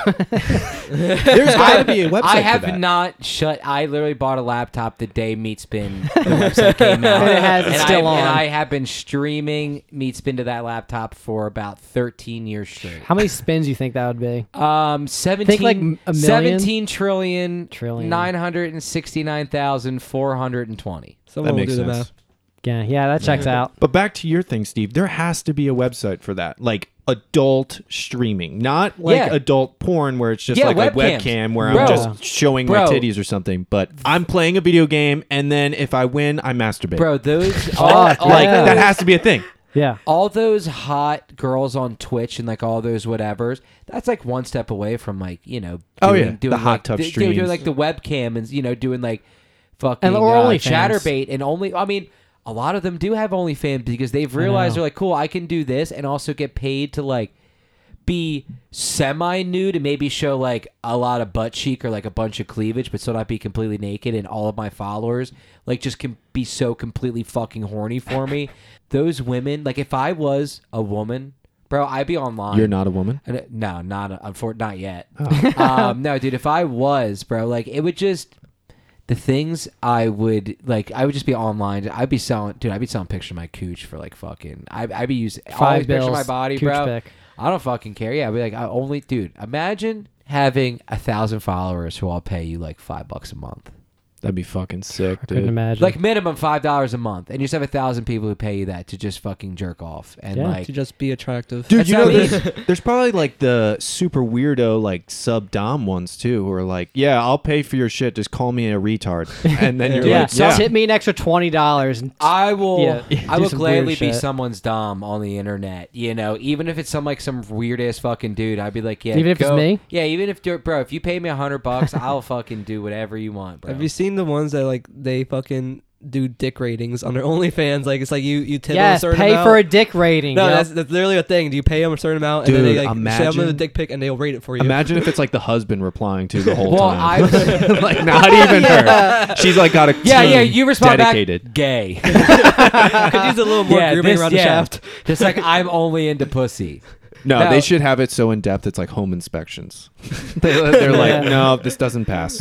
D: There's got to be a website.
B: I
D: for
B: have
D: that.
B: not shut. I literally bought a laptop the day Meatspin the website came out,
A: And it has- it's
B: And
A: still
B: I,
A: on.
B: And I have been streaming Meatspin to that laptop for about 13 years straight.
A: How many spins you think that would be?
B: Um, 17,
A: like, m- a million?
B: 17 trillion,
A: Trillion.
B: 969,420.
C: Someone will do the math.
A: Yeah, yeah, that checks out.
D: But back to your thing, Steve. There has to be a website for that, like adult streaming, not like
B: Yeah.
D: adult porn where it's just
B: Yeah,
D: like a
B: webcams.
D: webcam where
B: Bro.
D: I'm just showing
B: Bro.
D: my titties or something. But I'm playing a video game, and then if I win, I masturbate.
B: Bro, those all,
A: Fuck,
B: all,
D: like
A: yeah.
D: that has to be a thing.
A: Yeah.
B: all those hot girls on Twitch and like all those whatevers, that's like one step away from like you know
D: Oh,
B: doing,
D: yeah.
B: doing
D: The hot
B: like,
D: tub
B: d- doing, doing
D: streams.
B: like the webcam and you know doing like fucking
A: And- or
B: uh,
A: OnlyFans.
B: chatterbait and only I mean a lot of them do have OnlyFans because they've realized
A: know.
B: they're like cool I can do this and also get paid to like be semi nude and maybe show like a lot of butt cheek or like a bunch of cleavage, but still not be completely naked. And all of my followers like just can be so completely fucking horny for me. Those women, like if I was a woman, bro, I'd be online.
D: You're not a woman.
B: And, uh, No, not unfor- not yet.
A: Oh.
B: um, no, dude, if I was, bro, like it would just the things I would like. I would just be online. I'd be selling, dude. I'd be selling pictures of my cooch for like fucking. I'd, I'd be using
A: Five
B: always picture of my
A: bills,
B: body,
A: cooch
B: bro.
A: pic.
B: I don't fucking care. Yeah, I'd be like, I only, dude. Imagine having a thousand followers who all pay you like five bucks a month,
D: That'd be fucking sick,
A: Couldn't
D: dude.
A: imagine.
B: like minimum five dollars a month, and you just have a thousand people who pay you that to just fucking jerk off and
A: Yeah.
B: like
C: To just be attractive.
D: Dude,
B: That's
D: you
B: how
D: know
B: it is.
D: there's, there's probably like the super weirdo like sub dom ones too, who are like, yeah, I'll pay for your shit. Just call me a retard, and then you're
A: yeah,
D: like,
A: so
D: yeah.
A: tip me an extra twenty dollars. and
B: I will.
A: Yeah,
B: I
A: do
B: will
A: some
B: gladly
A: weird
B: be
A: shit.
B: someone's dom on the internet. You know, even if it's some like some weird ass fucking dude, I'd be like, yeah.
A: Even if it's
B: go-
A: me?
B: Yeah, even if you're- bro, if you pay me a hundred bucks, I'll fucking do whatever you want, bro.
C: Have you seen the ones that like they fucking do dick ratings on their OnlyFans? Like it's like you you tip them a
A: Yes,
C: certain
A: pay
C: amount.
A: for a dick rating.
C: no,
A: yo.
C: that's, that's literally a thing. Do you pay them a certain amount, and then
D: Dude,
C: they like send them the
D: imagine-
C: dick pic, and they'll rate it for you.
D: Imagine if it's like the husband replying to the whole
B: well,
D: time.
B: I was,
D: like not even her. She's like got a
B: yeah,
D: team
B: yeah. You respond
D: dedicated.
B: back, gay.
C: could use a little more
B: yeah,
C: grooming
B: this,
C: around
B: yeah.
C: the shaft.
B: Just like I'm only into pussy.
D: No,
B: No.
D: they should have it so in depth it's like home inspections. they, are like, no, this doesn't pass.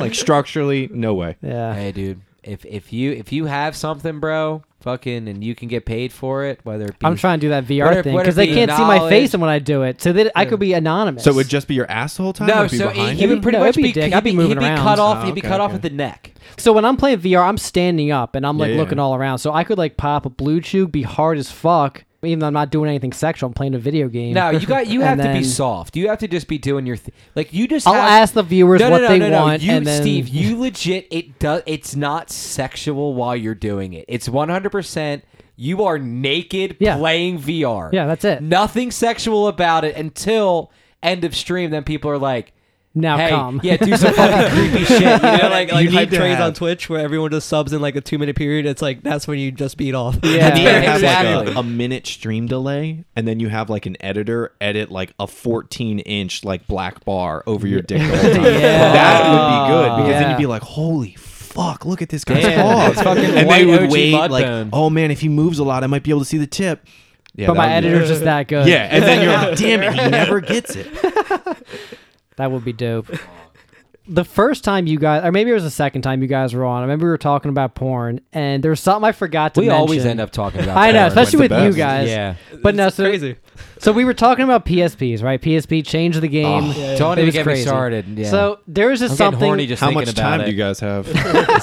D: like structurally, no way.
A: yeah.
B: Hey, dude. If if you if you have something, bro, fucking, and you can get paid for it, whether it be
A: I'm trying to do that VR
B: What if-
A: thing
B: what
A: because
B: if
A: they
B: the
A: can't see my
B: knowledge-
A: face and when I do it, so that I could be anonymous.
D: So it would just be your ass the whole time?
B: No,
D: Like, be
B: so he,
D: behind
B: he
D: you?
B: would pretty
A: No, it'd
B: much
A: be
B: be,
A: a dick.
B: he'd
A: I'd be
B: be-
A: moving
B: he'd be
A: around.
B: cut off.
D: Oh,
B: he'd be
D: okay,
B: cut off
D: okay.
B: at the neck.
A: So when I'm playing VR, I'm standing up and I'm like
D: Yeah, yeah.
A: looking all around. So I could like pop a blue chew, be hard as fuck, even though I'm not doing anything sexual. I'm playing a video game.
B: No, you got you
A: And
B: have to
A: then-
B: be soft. You have to just be doing your th- like you just.
A: I'll
B: have-
A: ask the viewers
B: no, no,
A: what
B: no,
A: they
B: no, no.
A: want,
B: You,
A: and then
B: Steve, you legit. It does. It's not sexual while you're doing it. It's 100. percent You are naked
A: Yeah.
B: playing VR.
A: Yeah, that's it.
B: Nothing sexual about it until end of stream. Then people are like,
A: now
B: "Hey,
A: come.
B: yeah, do some fucking creepy shit." You
C: You
B: know,
C: know, like
D: You
C: like
D: need
C: hype
D: to
C: trains
D: have-
C: on Twitch where everyone just subs in like a two minute period. It's like that's when you just beat off.
A: Yeah.
D: And you have like
B: exactly.
D: a, a minute stream delay, and then you have like an editor edit like a 14 inch like black bar over your dick. The whole time.
A: Yeah.
D: That would be good because then
A: Yeah.
D: you'd be like, holy fuck, look at this guy's
B: Damn,
D: balls.
B: that's fucking
D: and they
B: white
D: would
B: OG
D: wait
B: mud
D: like,
B: bone.
D: oh man, if he moves a lot, I might be able to see the tip. Yeah,
A: but
D: that
A: my
D: would be-
A: editor's just that good.
D: Yeah, and then you're like, damn it, he never gets it.
A: That would be dope. The first time you guys, or maybe it was the second time you guys were on, I remember we were talking about porn, and there was something I forgot to
B: we
A: mention.
B: always end up talking about.
A: I know,
B: porn.
A: especially with
D: It's the
A: you
D: best.
A: guys.
B: yeah.
A: But no, so,
C: crazy.
A: so we were talking about PSPs, right? PSP changed the game.
D: Oh,
C: Yeah, yeah.
B: Don't
A: Um, It
B: even
A: was
B: get me
A: crazy.
B: started. Yeah.
A: So there was just
B: I'm getting
A: something.
B: horny just
D: How
B: thinking
D: much
B: about
D: time
B: it.
D: do you guys have?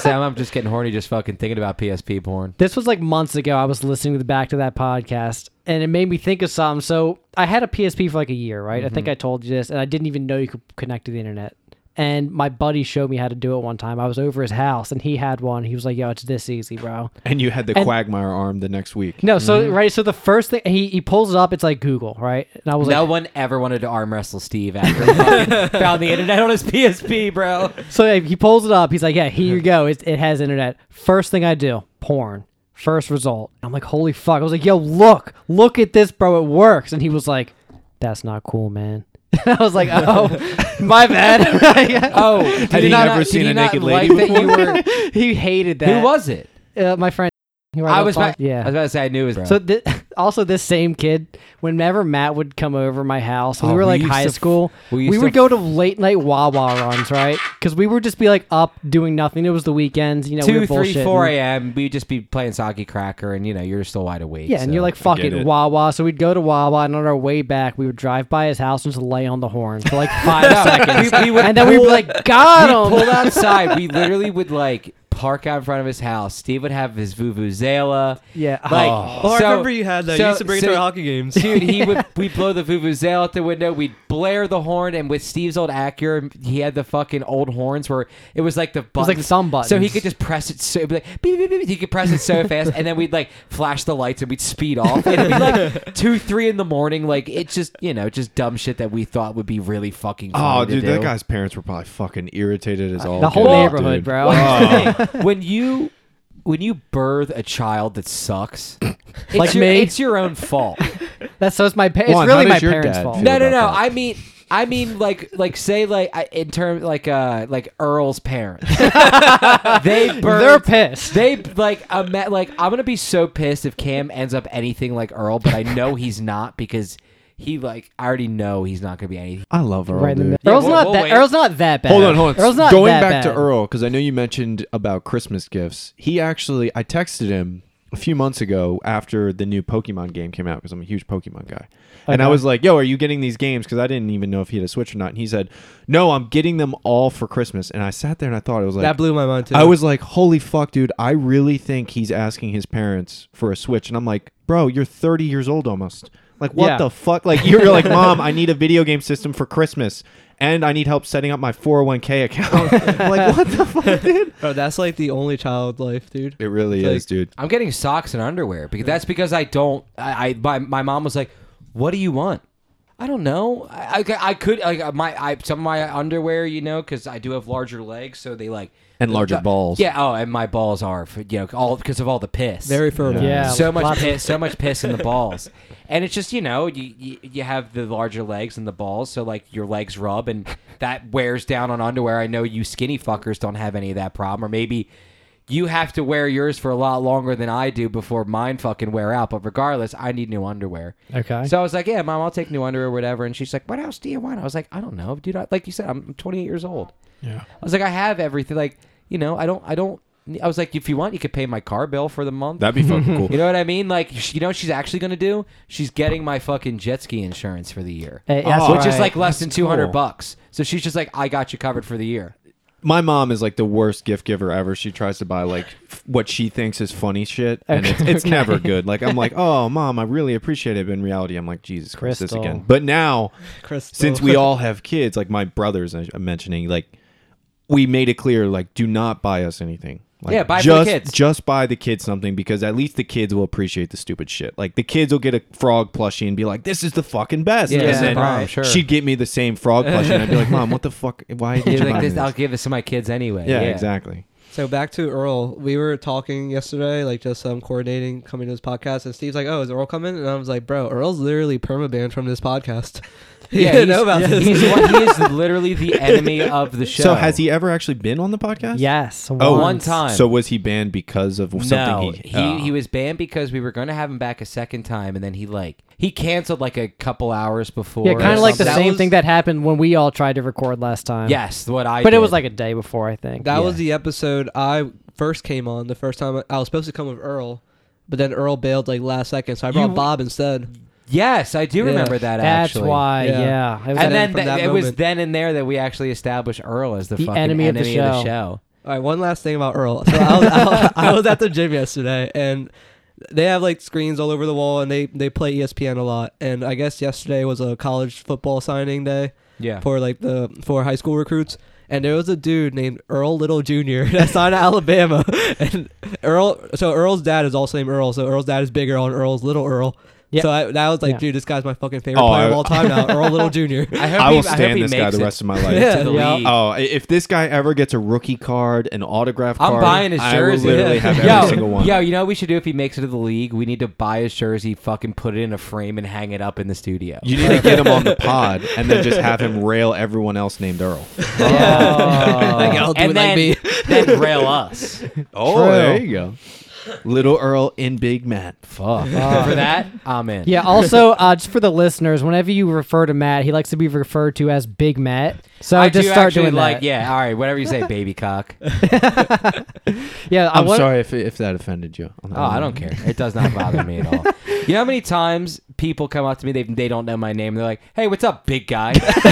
B: Sam, I'm just getting horny just fucking thinking about PSP porn.
A: This was like months ago. I was listening to the back to that podcast, and it made me think of something.
B: Mm-hmm.
A: So I had a PSP for like a year, right? I think I told you this, and I didn't even know you could connect to the internet. And my buddy showed me how to do it one time. I was over his house and he had one. He was like, "Yo, it's this easy, bro."
D: And you had the
A: And-
D: quagmire arm the next week.
A: No, so
B: Mm-hmm.
A: right, so the first thing he, he pulls it up, it's like Google, right? And I was
B: no
A: like,
B: one ever wanted to arm wrestle Steve after he fucking found the internet on his PSP, bro.
A: so like, he pulls it up. He's like, "Yeah, here you go. It, it has internet." First thing I do, porn. First result. I'm like, "Holy fuck!" I was like, "Yo, look, look at this, bro. It works." And he was like, "That's not cool, man." And I was like, "Oh, my bad."
B: Oh, did
D: Had
B: you
D: he
B: not,
D: never
B: did
D: seen
B: you
D: a
B: not
D: naked
B: like
D: lady
B: that you were?
A: he hated that.
B: Who was it?
A: uh, my friend? He
B: I was.
A: right.
B: About,
A: yeah.
B: I was about to say I knew it was. Bro.
A: So th- also this same kid, whenever Matt would come over my house, we
B: Oh,
A: were
B: we
A: like
B: used
A: high
B: to f-
A: school.
B: we
A: We,
B: used to
A: would
B: f-
A: go to late night Wawa runs, right? Because we would just be like up doing nothing. It was the weekends, you know. we
B: two,
A: were
B: three,
A: bullshitting.
B: four a.m. We'd just be playing sake cracker, and you know you're still wide awake.
A: Yeah, and
B: so-
A: you're like fuck
D: get
A: it,
D: it.
A: Wawa. So we'd go to Wawa, and on our way back, we would drive by his house and just lay on the horn for like five seconds,
B: We- we would
A: and then we'd be
B: pull-
A: like, "God,
B: we pulled outside. We literally would like park out in front of his house. Steve would have his vuvuzela.
A: Yeah.
B: like
A: Oh.
C: Oh,
B: so-
C: I remember you had that.
B: so-
C: you used to bring
B: so-
C: it to our hockey games.
B: Dude, he would we blow the vuvuzela out the window. We'd blare the horn, and with Steve's old Acura, he had the fucking old horns where it was like the buttons,
A: like thumb
B: so he
A: buttons.
B: could just press it so it'd be like beep, beep, beep, beep. he could press it so fast, and then we'd like flash the lights and we'd speed off. And it'd be like two, three in the morning. Like it's just you know just dumb shit that we thought would be really fucking. Funny
D: Oh,
B: to
D: dude,
B: do.
D: that guy's parents were probably fucking irritated as all.
A: the whole
D: get out,
A: neighborhood,
D: dude.
A: bro.
D: Oh.
B: when you when you birth a child that sucks, it's
A: Like
B: your,
A: me?
B: it's your own fault.
A: that's so." It's my pa- it's
D: Juan, how
A: really
D: does
A: my
D: your
A: parents'
D: dad
A: fault.
D: feel?
B: no, no,
D: about
B: no.
D: that.
B: I mean, I mean, like, like say, like I- in terms, like, uh, like Earl's parents, they
A: They're
B: birthed.
A: pissed.
B: they like a met like I'm gonna be so pissed if Cam ends up anything like Earl, but I know he's not because he like I already know he's not gonna be anything.
D: I love Earl.
A: Right in the
D: dude.
A: middle. Earl's
C: we'll-
A: not
C: we'll
A: that.
C: wait.
A: Earl's not that bad.
D: Hold on, hold on.
A: Earl's not
D: Going
A: that
D: back to
A: bad.
D: Earl because I know you mentioned about Christmas gifts. He actually, I texted him a few months ago after the new Pokemon game came out because I'm a huge Pokemon guy, and I
A: Okay.
D: was like, "Yo, are you getting these games?" Because I didn't even know if he had a Switch or not. And he said, "No, I'm getting them all for Christmas." And I sat there and I thought it was like
C: that blew my mind too.
D: I was like, holy fuck, dude. I really think he's asking his parents for a Switch. And I'm like, bro, you're 30 years old almost. Like, what
A: Yeah.
D: the fuck? Like, you're like, mom, I need a video game system for Christmas. And I need help setting up my 401k account. like, what the fuck, dude?
C: Bro, that's like the only child life, dude.
D: It really
C: Like-
D: is, dude.
B: I'm getting socks and underwear because that's because I don't. I, I my, my mom was like, "What do you want?" I don't know. I, I, I could like uh, my I some of my underwear, you know, because I do have larger legs, so they like
D: And larger balls.
B: Yeah. Oh, and my balls are for- you know all because of all the piss.
C: Very fertile.
A: Yeah.
B: so much
A: Lots of-
B: piss, so much piss in the balls, and it's just you know you, you you have the larger legs and the balls, so like your legs rub and that wears down on underwear. I know you skinny fuckers don't have any of that problem, or maybe you have to wear yours for a lot longer than I do before mine fucking wear out. But regardless, I need new underwear.
A: Okay.
B: So I was like, yeah, mom, I'll take new underwear, whatever. And she's like, what else do you want? I was like, I don't know, dude. I, like you said, I'm 28 years old.
D: Yeah.
B: I was like, I have everything. Like, you know, I don't, I don't. I was like, if you want, you could pay my car bill for the month.
D: That'd be fucking cool.
B: You know what I mean? Like, sh- you know, what she's actually gonna do. She's getting my fucking jet ski insurance for the year,
A: Hey,
D: Oh,
A: Uh, that's
B: which is
A: right.
B: like less than
D: That's
B: two hundred
D: cool.
B: bucks. So she's just like, I got you covered for the year.
D: My mom is like the worst gift giver ever. She tries to buy like f- what she thinks is funny shit, and it's, it's never good. Like I'm like, oh mom, I really appreciate it. But in reality, I'm like, Jesus Christ, this
A: Crystal.
D: again. But now,
C: Crystal.
D: since we all have kids, like my brothers, I- I'm mentioning, like we made it clear, like do not buy us anything. Like,
B: Yeah, buy for the
D: just,
B: kids.
D: Just buy the kids something because at least the kids will appreciate the stupid shit. Like the kids will get a frog plushie and be like, "This is the fucking best."
B: Yeah,
D: and
B: yeah,
D: then
B: right, sure.
D: she'd get me the same frog plushie, and I'd be like, "Mom, what the fuck? Why did
B: You're
D: you
B: like,
D: buy me
B: this,
D: this?"
B: I'll give this to my kids anyway.
D: yeah, exactly.
C: So back to Earl. We were talking yesterday, like just um, coordinating coming to this podcast, and Steve's like, "Oh, is Earl coming?" And I was like, "Bro, Earl's literally permabanned from this podcast. he
B: Yeah,
C: didn't
B: he's-
C: know about this."
B: He's, one- he is literally the enemy of the show.
D: So has he ever actually been on the podcast?
A: yes.
D: Oh,
B: one
A: once.
B: time?
D: So was he banned because of something
B: no,
D: he Oh.
B: he, he was banned because we were going to have him back a second time, and then he like he canceled like a couple hours before.
A: Yeah, kind
B: or
A: of like the
B: something.
C: That
A: same
C: was-
A: thing that happened when we all tried to record last time.
B: Yes, what I.
A: but it
B: did.
A: was like a day before, I think.
C: That was the episode I first came on. The first time I, I was supposed to come with Earl, but then Earl bailed like last second, so I brought
B: You-
C: Bob instead.
B: yes, I do
C: Yeah.
B: remember that.
A: That's
B: actually.
A: why.
C: Yeah.
A: Yeah. It was
B: and then
C: then from
B: th-
C: that
B: it was
C: moment-
B: then and there that we actually established Earl as the,
A: The
B: fucking
A: enemy
B: enemy,
A: of the
B: of the
A: show.
B: show.
C: All right, one last thing about Earl. So I was, I, was, I was at the gym yesterday, and they have like screens all over the wall, and they they play E ESPN a lot. And I guess yesterday was a college football signing day.
B: Yeah.
C: for like the for high school recruits and there was a dude named Earl Little Jr. that's out of Alabama. And Earl, so Earl's dad is also named Earl. So Earl's dad is Big Earl and Earl's Little Earl.
A: Yeah.
C: So I, that was like,
A: Yeah.
C: dude, this guy's my fucking favorite
D: Oh,
C: player of
D: I-
C: all time now, Earl Little Jr.
B: I, hope
D: I
B: he-
D: will
B: hope
D: stand
B: he
D: this guy
B: makes
D: the
B: it
D: rest of my
B: to
D: life.
C: Yeah.
B: the
A: Yeah.
B: league.
D: Oh, i- if this guy ever gets a rookie card, an autograph
B: I'm
D: card,
B: buying his
D: I will
B: jersey.
D: literally
C: Yeah.
D: have every
B: yo,
D: single one.
B: yo, you know what we should do if he makes it to the league? We need to buy his jersey, fucking put it in a frame, and hang it up in the studio.
D: You need to get him on the pod and then just have him rail everyone else named Earl.
A: Oh.
B: Yeah.
C: Like, I'll do
B: and
C: it like
B: then,
C: me.
B: then rail us.
D: Oh,
A: there
D: you go. Little Earl in Big Matt.
B: Fuck. For that, I'm in.
A: Oh. Yeah. Also, uh, just for the listeners, whenever you refer to Matt, he likes to be referred to as Big Matt. So
B: I
A: just
B: do
A: start
B: actually
A: doing
B: like,
A: that.
B: yeah, all right, whatever you say, baby cock. Oh,
A: Yeah. I
D: I'm
A: want-
D: sorry if, if that offended you.
B: Oh, I don't care. It does not bother me at all. You know how many times people come up to me, they, they don't know my name, they're like, hey, what's up, big guy?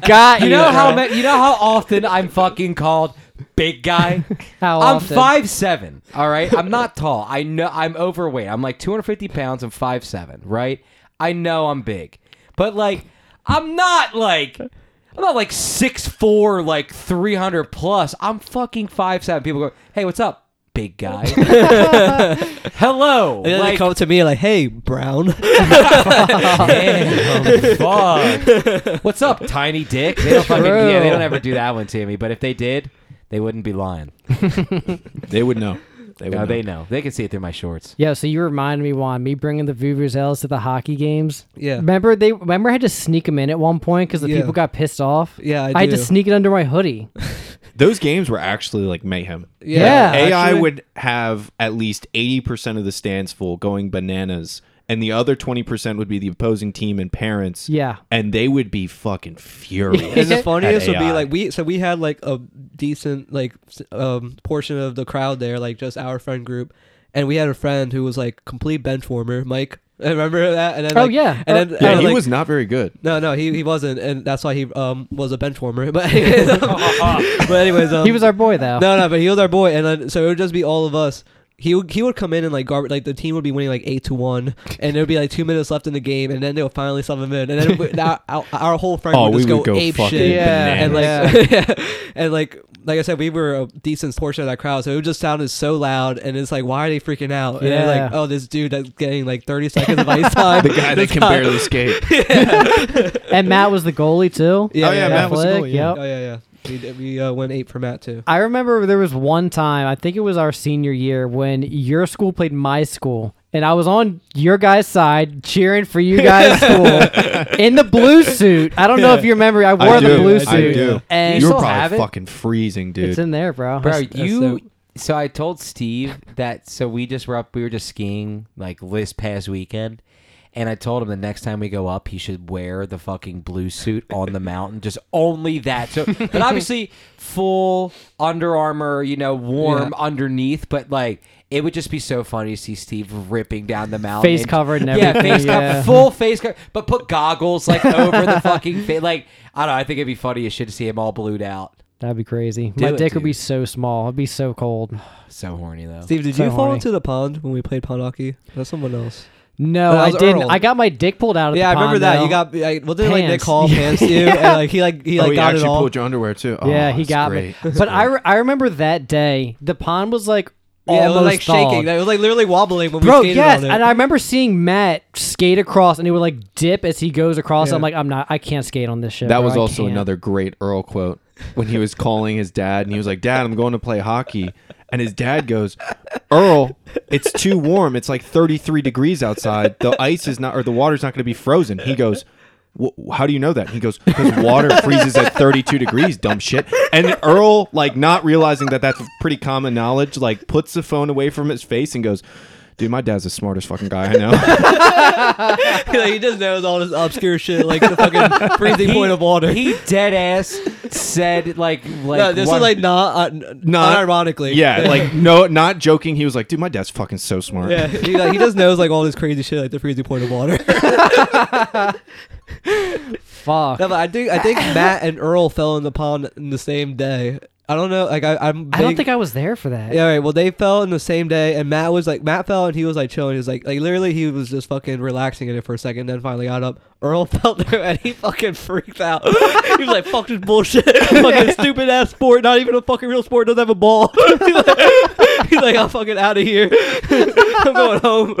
A: Got
B: You know how
A: bro.
B: ma- you know how often I'm fucking called big guy?
A: How
B: I'm
A: often?
B: five seven. All right, I'm not tall. I know I'm overweight. I'm like 250 pounds. I'm five seven. Right? I know I'm big, but like I'm not like I'm not like six four, like 300 plus. I'm fucking five seven. People go, hey, what's up, big guy? Hello.
C: And then they
B: Like,
C: come up to me like, "Hey, Brown."
D: Oh,
B: Damn, fuck. What's up, tiny dick? They don't fucking,
A: True.
B: yeah, they don't ever do that one to me. But if they did, they wouldn't be lying.
D: They would know. They would
B: No,
D: know.
B: they know. They can see it through my shorts.
A: Yeah, so you remind me, Juan, me bringing the Vuvuzelas to the hockey games.
C: Yeah.
A: Remember they? Remember I had to sneak them in at one point because the
C: Yeah.
A: people got pissed off.
C: Yeah, I
A: had to
C: do.
A: sneak it under my hoodie.
D: Those games were actually like mayhem.
A: Yeah.
D: AI
C: actually.
D: would have at least 80% of the stands full going bananas, and the other 20% would be the opposing team and parents.
A: Yeah.
D: And they would be fucking furious.
C: And the
D: at
C: funniest would be
D: AI.
C: like we so we had like a decent like s- um portion of the crowd there, like just our friend group, and we had a friend who was like complete bench warmer, Mike. Remember that? And then,
A: Oh,
C: like-
A: yeah.
C: and then
D: Yeah,
C: uh,
D: he
C: like-
D: was not very good.
C: No, no, he, he wasn't, and that's why he um was a bench warmer. But anyways, um, but anyways, um,
A: He was our boy though.
C: no, no, but he was our boy, and then, so it would just be all of us. He would he would come in and like garbage, like the team would be winning like eight to one, and there would be like two minutes left in the game, and then they would finally sub him in, and then we, our, our, our whole friend
D: Oh,
C: would
D: we
C: just
D: would
C: go,
D: go
C: ape
D: fucking
C: shit,
A: Yeah.
C: and like
A: bananas.
C: and like like I said, we were a decent portion of that crowd, so it just sounded so loud, and it's like why are they freaking out? And they're like,
A: Yeah.
C: oh, this dude that's getting like thirty seconds of ice time,
D: The guy that can barely skate.
A: And Matt was the goalie too.
C: Yeah,
D: Oh, yeah,
A: That
D: Matt was the
A: flick,
D: goalie, yeah.
A: yep.
C: Oh yeah, yeah. We did- we uh, went eight for Matt too.
A: I remember there was one time, I think it was our senior year, when your school played my school. And I was on your guys' side cheering for you guys' school in the blue suit. I don't know if you remember. I wore
D: I
A: the
D: do,
A: blue
D: I
A: suit.
D: do.
A: And
B: You
D: you were
B: still have it?
D: probably fucking freezing, dude.
A: it's in there, bro.
B: Bro,
C: that's
B: you.
C: dope.
B: So I told Steve that. So we just were up. We were just skiing like this past weekend, and I told him the next time we go up, he should wear the fucking blue suit on the mountain. Just only that. So, but obviously, full Under Armour. You know, warm underneath, but like. It would just be so funny to see Steve ripping down the mountain,
A: Face covered and
B: Yeah,
A: everything,
B: face
A: yeah.
B: covered, full face cover, but put goggles like over the fucking face. Like I don't know. I think it'd be funny as shit to see him all blued out.
A: That'd be crazy. My
B: it,
A: dick would be
B: dude.
A: so small. It'd be so cold.
B: So horny though.
C: Steve, did
A: So
C: you fall
A: horny.
C: into the pond when we played pond hockey? That's someone else.
A: No,
C: That
A: I
C: was
A: didn't.
C: Earl.
A: I got my dick pulled out of
C: yeah, I
A: the
C: remember
A: pond,
C: that. You
A: though.
C: got like well, didn't like Nick
A: Pants.
C: Hall pants you? And, like he like he like
D: oh, he
C: got
D: actually
C: it all.
D: pulled your underwear too. Oh,
A: yeah, he
D: that's
A: got
D: great.
A: me. But I, re- I remember that day, the pond was like
C: yeah, it
A: almost
C: was like
A: thawed.
C: shaking. It was like literally wobbling when
A: Bro,
C: we skated
A: yes,
C: on it.
A: and I remember seeing Matt skate across, and he would like dip as he goes across.
C: Yeah.
A: I'm like, I'm not, I can't skate on this shit.
D: That
A: bro,
D: was
A: I
D: also
A: can't.
D: another great Earl quote when he was calling his dad and he was like, Dad, I'm going to play hockey. And his dad goes, Earl, it's too warm. It's like 33 degrees outside. The ice is not, or the water's not going to be frozen. He goes, "Wh- how do you know that? He goes, because water freezes at 32 degrees, dumb shit. And Earl, like not realizing that that's pretty common knowledge, like puts the phone away from his face and goes, dude, my dad's the smartest fucking guy I know.
C: like, he just knows all this obscure shit, like the fucking freezing point of water.
B: He dead ass said like like
C: no, this
B: one-
C: is like not uh, not ironically.
D: Yeah, like no, not joking. He was like, dude, my dad's fucking so smart.
C: yeah. He, like, he just knows like all this crazy shit, like the freezing point of water.
A: fuck.
C: No, but I think I think Matt and Earl fell in the pond in the same day. I don't know. Like I, I'm.
A: I don't
C: big-
A: think I was there for that.
C: Yeah, all right. Well, they fell in the same day, and Matt was like, Matt fell, and he was like chilling. He was like, like literally, he was just fucking relaxing in it for a second, then finally got up. Earl fell through, and he fucking freaked out. he was like, "Fuck this bullshit! fucking stupid ass sport. Not even a fucking real sport. Doesn't have a ball." he's, like, he's like, "I'm fucking out of here. I'm going home."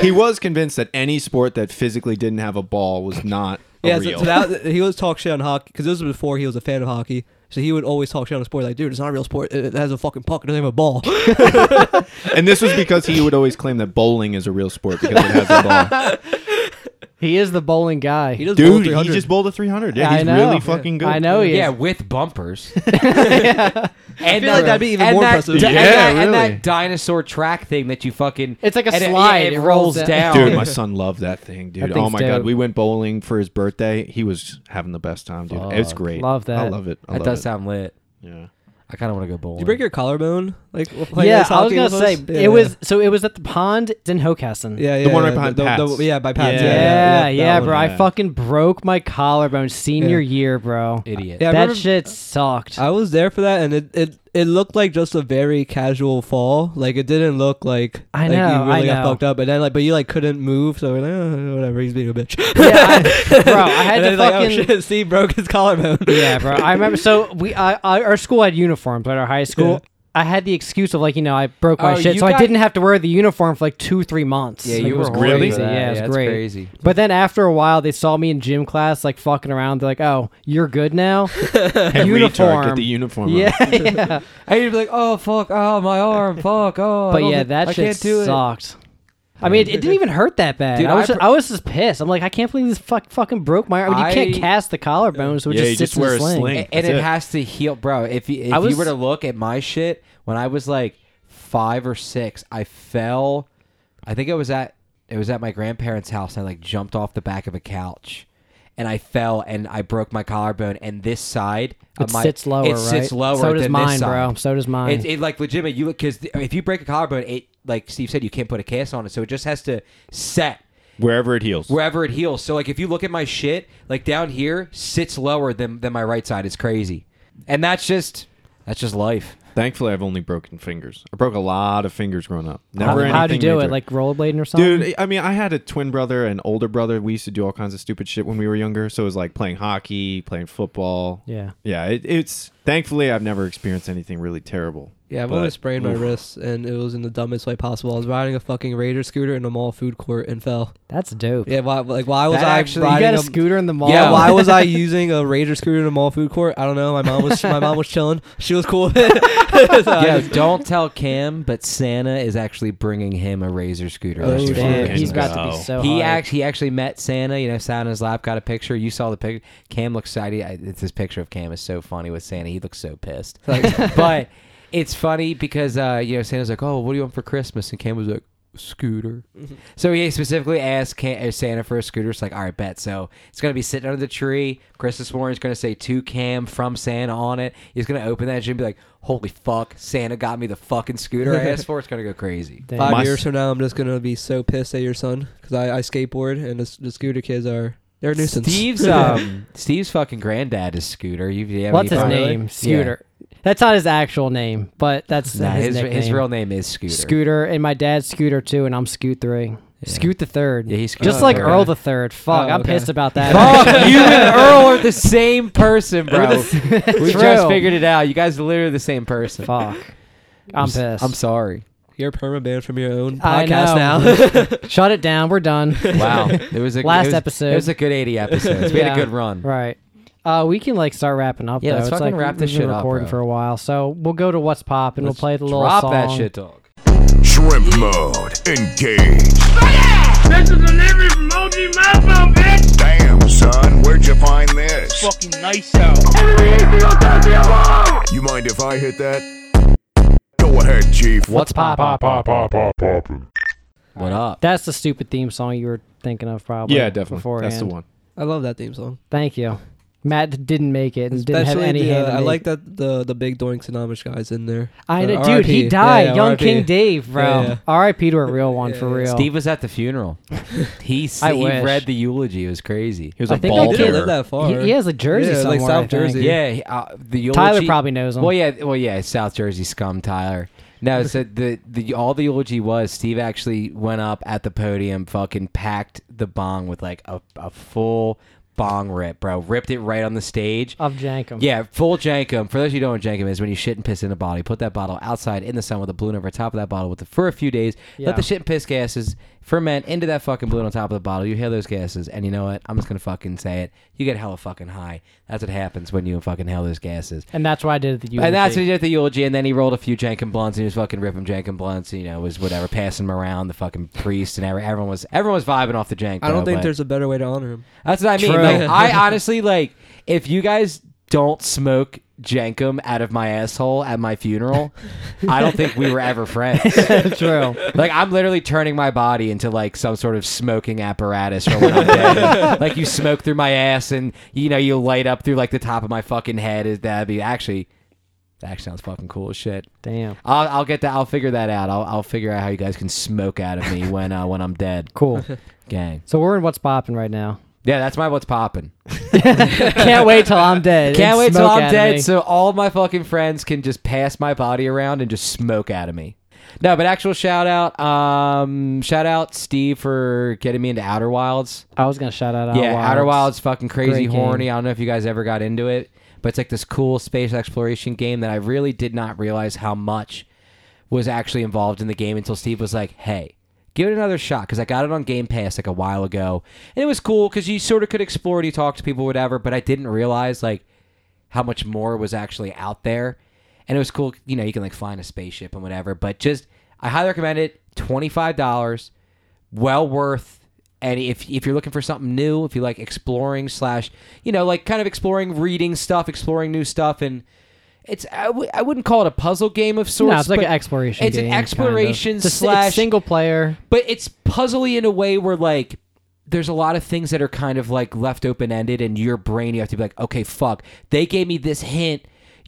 D: He was convinced that any sport that physically didn't have a ball was not a
C: Yeah, so,
D: real.
C: so that he always talk shit on hockey because this was before he was a fan of hockey. So he would always talk shit on a sport like, "Dude, it's not a real sport. It it has a fucking puck. It doesn't have a ball."
D: and this was because he would always claim that bowling is a real sport because it has a ball.
A: He is the bowling guy.
C: He does bowl
D: Dude,
C: 300.
D: he just bowled a 300. Yeah,
A: I
D: he's
A: know.
D: really fucking good.
A: I know he
B: yeah,
A: is.
B: with bumpers.
C: I
B: And
C: feel like that'd be even more
B: that,
C: impressive.
B: di- and
D: Yeah,
B: that- and
D: really.
B: that dinosaur track thing that you fucking.
A: It's like a
B: and it-
A: slide,
B: yeah, It,
A: it
B: rolls
A: rolls
B: down.
A: down.
D: Dude, my son loved that thing, dude.
A: That
D: oh
A: thing's
D: my god,
A: dope.
D: we went bowling for his birthday. He was having the best time, dude. It's
B: Fuck.
D: great.
A: Love
D: I
A: that.
D: love it. I
B: that
D: love
B: does
D: it.
B: sound lit.
D: Yeah.
B: I kind of want to go bowling.
C: Did you break your collarbone? Like while playing
A: yeah,
C: ice
A: I was
C: hockey
A: gonna
C: with
A: say
C: us?
A: it was so it was at the pond in Hocassin.
C: yeah, yeah,
D: one right
C: yeah,
D: behind
C: the- the-
D: Pat's.
C: yeah, by Pat's.
A: Yeah,
D: Yeah,
A: yeah,
C: that one.
A: bro.
D: yeah.
A: I fucking broke my collarbone senior
C: Yeah.
A: year, bro.
B: idiot?
C: Yeah, I
A: that
C: remember-
A: shit sucked.
C: I was there for that, and it, it it looked like just a very casual fall. Like it didn't look like
A: I
C: like,
A: know,
C: you
A: I
C: really got
A: know.
C: fucked up, and then like but you like couldn't move, so we're like, "Oh, whatever. He's being a bitch,
A: yeah, I, bro, I had
C: And
A: to
C: then, like,
A: fucking.
C: oh, shit, Steve broke his collarbone.
A: yeah, bro. I remember. So we, I, I, our school had uniforms, but our high school,
C: Yeah.
A: I had the excuse of like, you know, I broke my
B: Oh,
A: shit,
B: you
A: so
B: got-
A: I didn't have to wear the uniform for like two, three months.
B: Yeah,
A: Like,
B: you
A: it was
B: were horny
D: Really?
B: for
A: crazy.
B: that.
A: Yeah, it was
B: that's
A: great.
B: crazy.
A: But then after a while, they saw me in gym class, like fucking around. They're like, "Oh, you're good now."
D: And retard,
A: uniform.
D: get the uniform. on.
A: yeah, yeah.
B: And you'd be like, "Oh fuck! Oh my arm! Fuck! Oh!" I
A: But
B: don't
A: yeah,
B: think-
A: that
B: I
A: shit
B: can't do it.
A: sucked. I mean, it, it didn't even hurt that bad.
B: Dude,
A: I was,
B: I
A: just,
B: pr-
A: I was just pissed. I'm like, I can't believe this fuck fucking broke my arm. I mean, you
B: I-
A: can't cast the collarbone, so it
D: Yeah,
A: just
D: you
A: sits
D: just
A: in
D: wear a
A: the sling.
D: sling.
B: and,
D: That's
B: it,
D: it.
B: has to heal, bro. If you, if
A: I
B: you
A: was-
B: were to look at my shit when I was like five or six, I fell. I think it was at it was at my grandparents' house. And I like jumped off the back of a couch, and I fell and I broke my collarbone. And this side,
A: It
B: of my,
A: sits lower,
B: It sits
A: right?
B: lower.
A: So does
B: than
A: mine,
B: this side.
A: bro. So does mine.
B: It's it, like legitimate. You because if you break a collarbone, it like Steve said, you can't put a cast on it, so it just has to set
D: Wherever it heals.
B: wherever it heals. So like if you look at my shit, like down here sits lower than than my right side. It's crazy, and that's just that's just life.
D: Thankfully, I've only broken fingers. I broke a lot of fingers growing up. Never
A: How, how'd you
D: anything
A: do it?
D: major.
A: Like rollerblading or something?
D: Dude, I mean, I had a twin brother and older brother. We used to do all kinds of stupid shit when we were younger. So it was like playing hockey, playing football.
A: Yeah.
D: Yeah. It, it's thankfully I've never experienced anything really terrible.
C: Yeah, I've
D: But-
C: always sprained my
D: oof.
C: wrists, and it was in the dumbest way possible. I was riding a fucking Raider scooter in a mall food court and fell.
A: That's dope.
C: Yeah, why, like why was
B: That
C: I
B: actually- you
A: you
C: riding
A: got a
C: a-
A: scooter in the mall.
C: Yeah,
B: Wow.
C: why was I using a Ranger scooter in a mall food court? I don't know. My mom was my mom was chilling. She was cool. So I
B: Yo,
C: just-
B: don't tell Cam, but Santa is actually bringing him a razor scooter.
A: Oh,
B: this year.
A: damn. He's
D: got
A: about to
D: go.
A: be so
B: he
A: hard.
B: actually he actually met Santa. You know, sat on his lap, got a picture. You saw the picture. Cam looks excited. I- It's this picture of Cam is so funny with Santa. He looks so pissed. Like, but it's funny because uh, you know Santa's like, "Oh, what do you want for Christmas?" And Cam was like, "Scooter." So he specifically asked Cam, uh, Santa for a scooter. It's like, "All right, bet." So it's gonna be sitting under the tree. Christmas morning's gonna say to Cam from Santa on it. He's gonna open that shit and be like, "Holy fuck, Santa got me the fucking scooter I asked for." It's gonna go crazy.
A: Damn.
C: Five
D: My
C: years
D: s-
C: from now, I'm just gonna be so pissed at your son because I, I skateboard and the, s- the scooter kids are they're a nuisance.
B: Steve's um Steve's fucking granddad is Scooter. You, you
A: What's his
B: you-
C: Really?
A: name? Scooter. That's not his actual name, but that's
B: Nah,
A: his,
B: his, his,
A: nickname.
B: real name is Scooter.
A: Scooter, and my dad's Scooter too, and I'm Scoot three. Scoot the third.
B: Yeah, he's Scoot
A: just
B: the
A: like
B: third.
A: Earl the third. Fuck,
C: Oh,
A: I'm
C: okay.
A: pissed about that.
B: Fuck, you and Earl are the same person, bro. we just
A: True.
B: figured it out. You guys are literally the same person.
A: Fuck. I'm
B: s-
A: pissed.
B: I'm sorry.
C: You're perma banned from your own
A: I
C: podcast now.
A: know. Shut it down. We're done.
B: Wow, it was a
A: Last
B: it was-
A: episode.
B: It was a good eighty episodes. We had
A: Yeah.
B: a good run.
A: Right. Uh, we can like start wrapping up.
B: Yeah,
A: though.
B: let's
A: it's
B: fucking
A: like,
B: wrap
A: we've
B: this
A: been
B: shit up,
A: recording
B: bro.
A: for a while, so we'll go to what's pop and
B: Let's
A: we'll play the little
B: drop
A: song.
B: that shit, dog.
E: Shrimp mode. Engage.
F: This is a delivery from OG Mambo, bitch.
E: Damn, son, where'd you find this?
F: Fucking nice out.
E: You mind if I hit that? Go ahead, Chief.
A: What's pop?
B: What up?
A: That's the stupid theme song you were thinking of, probably.
D: Yeah, definitely.
A: Beforehand.
D: That's the one.
C: I love that theme song.
A: Thank you. Matt didn't make it and didn't have
C: Especially
A: any
C: the,
A: hand. in
C: uh, I
A: it.
C: like that the the big Doinks and Amish guys in there.
A: I
C: Uh,
A: know, dude,
C: RIP.
A: he
C: Yeah,
A: died.
C: yeah,
A: Young
C: RIP.
A: King Dave, bro.
C: Yeah, yeah.
A: R.I.P. to a real one for
C: Yeah, yeah.
A: real.
B: Steve was at the funeral. He s-
A: I
B: he
A: wish.
B: read the eulogy. It was crazy.
D: He was a
A: I think I
D: ball
C: He didn't
D: terror.
C: live that far.
A: He, he has a jersey
C: Yeah,
A: somewhere.
C: like South
A: I think.
C: Jersey.
B: Yeah, he- uh, the eulogy.
A: Tyler probably knows him.
B: Well, yeah, well, yeah, South Jersey scum, Tyler. No, so the the all the eulogy was Steve actually went up at the podium, fucking packed the bong with like a, a full bong rip, bro. Ripped it right on the stage.
A: Of Jankum.
B: Yeah, full jankum. For those of you who don't know what jankum is, when you shit and piss in a bottle, you put that bottle outside in the sun with a balloon over top of that bottle with the, for a few days.
A: Yeah.
B: Let the shit and piss gases ferment into that fucking balloon on top of the bottle. You inhale those gases, and you know what? I'm just gonna fucking say it. You get hella fucking high. That's what happens when you fucking inhale those gases.
A: And that's why I did it at the
B: And that's
A: UNC.
B: what he did at the eulogy, and then he rolled a few Jenkin blunts, and he was fucking ripping Jenkin blunts. You know, was whatever, passing them around the fucking priest, and every- everyone was everyone was vibing off the Jenkin.
C: I don't think there's a better way to honor him.
B: That's what I mean.
A: True.
B: Like, I honestly like if you guys don't smoke jankum out of my asshole at my funeral, I don't think we were ever friends.
A: True.
B: Like I'm literally turning my body into like some sort of smoking apparatus for when I'm dead. like you smoke through my ass and you know you light up through like the top of my fucking head. Is that'd be actually that actually sounds fucking cool as shit.
A: Damn.
B: I'll, I'll get that. I'll figure that out. I'll, I'll figure out how you guys can smoke out of me when uh, when I'm dead,
A: Cool.
B: gang.
A: So we're in what's popping right now.
B: Yeah, that's my what's popping.
A: Can't wait till I'm dead.
B: Can't
A: and
B: wait till
A: smoke
B: I'm
A: out of me.
B: dead so all my fucking friends can just pass my body around and just smoke out of me. No, but actual shout out, um, shout out Steve for getting me into Outer Wilds.
A: I was gonna shout out.
B: yeah, Outer Wilds fucking crazy
A: Great game.
B: horny. I don't know if you guys ever got into it, but it's like this cool space exploration game that I really did not realize how much was actually involved in the game until Steve was like, "Hey, give it another shot." Because I got it on Game Pass like a while ago, and it was cool because you sort of could explore it, you talk to people, whatever. But I didn't realize like how much more was actually out there. And it was cool, you know, you can like fly in a spaceship and whatever, but just I highly recommend it. $25, well worth and if if you're looking for something new, if you like exploring slash, you know, like kind of exploring, reading stuff, exploring new stuff and it's I, w- I wouldn't call it a puzzle game of sorts.
A: No, it's like
B: but
A: an exploration.
B: It's
A: game,
B: an
A: kind of.
B: exploration
A: It's a s- it's
B: slash
A: single player.
B: but it's puzzly in a way where like there's a lot of things that are kind of like left open ended, and your brain you have to be like, okay, fuck, they gave me this hint.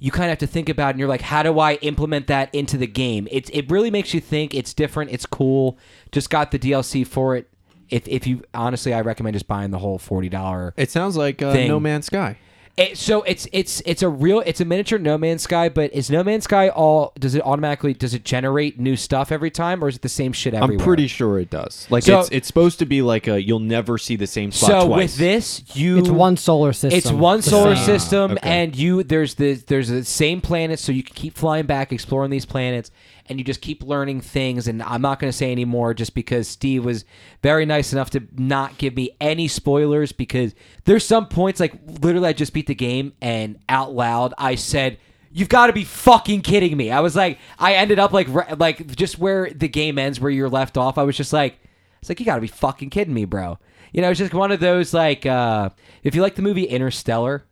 B: You kind of have to think about, it and you're like, how do I implement that into the game? It's it really makes you think. It's different. It's cool. Just got the DLC for it. If if you honestly, I recommend just buying the whole forty dollar
D: It sounds like uh,
B: Thing.
D: No Man's Sky.
B: it, so it's it's it's a real it's a miniature No Man's Sky, but is No Man's Sky all does it automatically does it generate new stuff every time or is it the same shit everywhere?
D: I'm pretty sure it does. Like
B: So-
D: it's it's supposed to be like a you'll never see the same spot
B: so
D: twice.
B: with this you
A: It's one solar system.
B: It's one
A: The
B: solar
A: same.
B: system,
D: okay.
B: and you there's the there's the same planets, so you can keep flying back, exploring these planets, and you just keep learning things. And I'm not going to say any more, just because Steve was very nice enough to not give me any spoilers, because there's some points like literally I just beat the game, and out loud I said. You've got to be fucking kidding me! I was like, I ended up like, re- like just where the game ends, where you're left off. I was just like, it's like you gotta be fucking kidding me, bro. You know, it's just one of those like uh, if you like the movie Interstellar,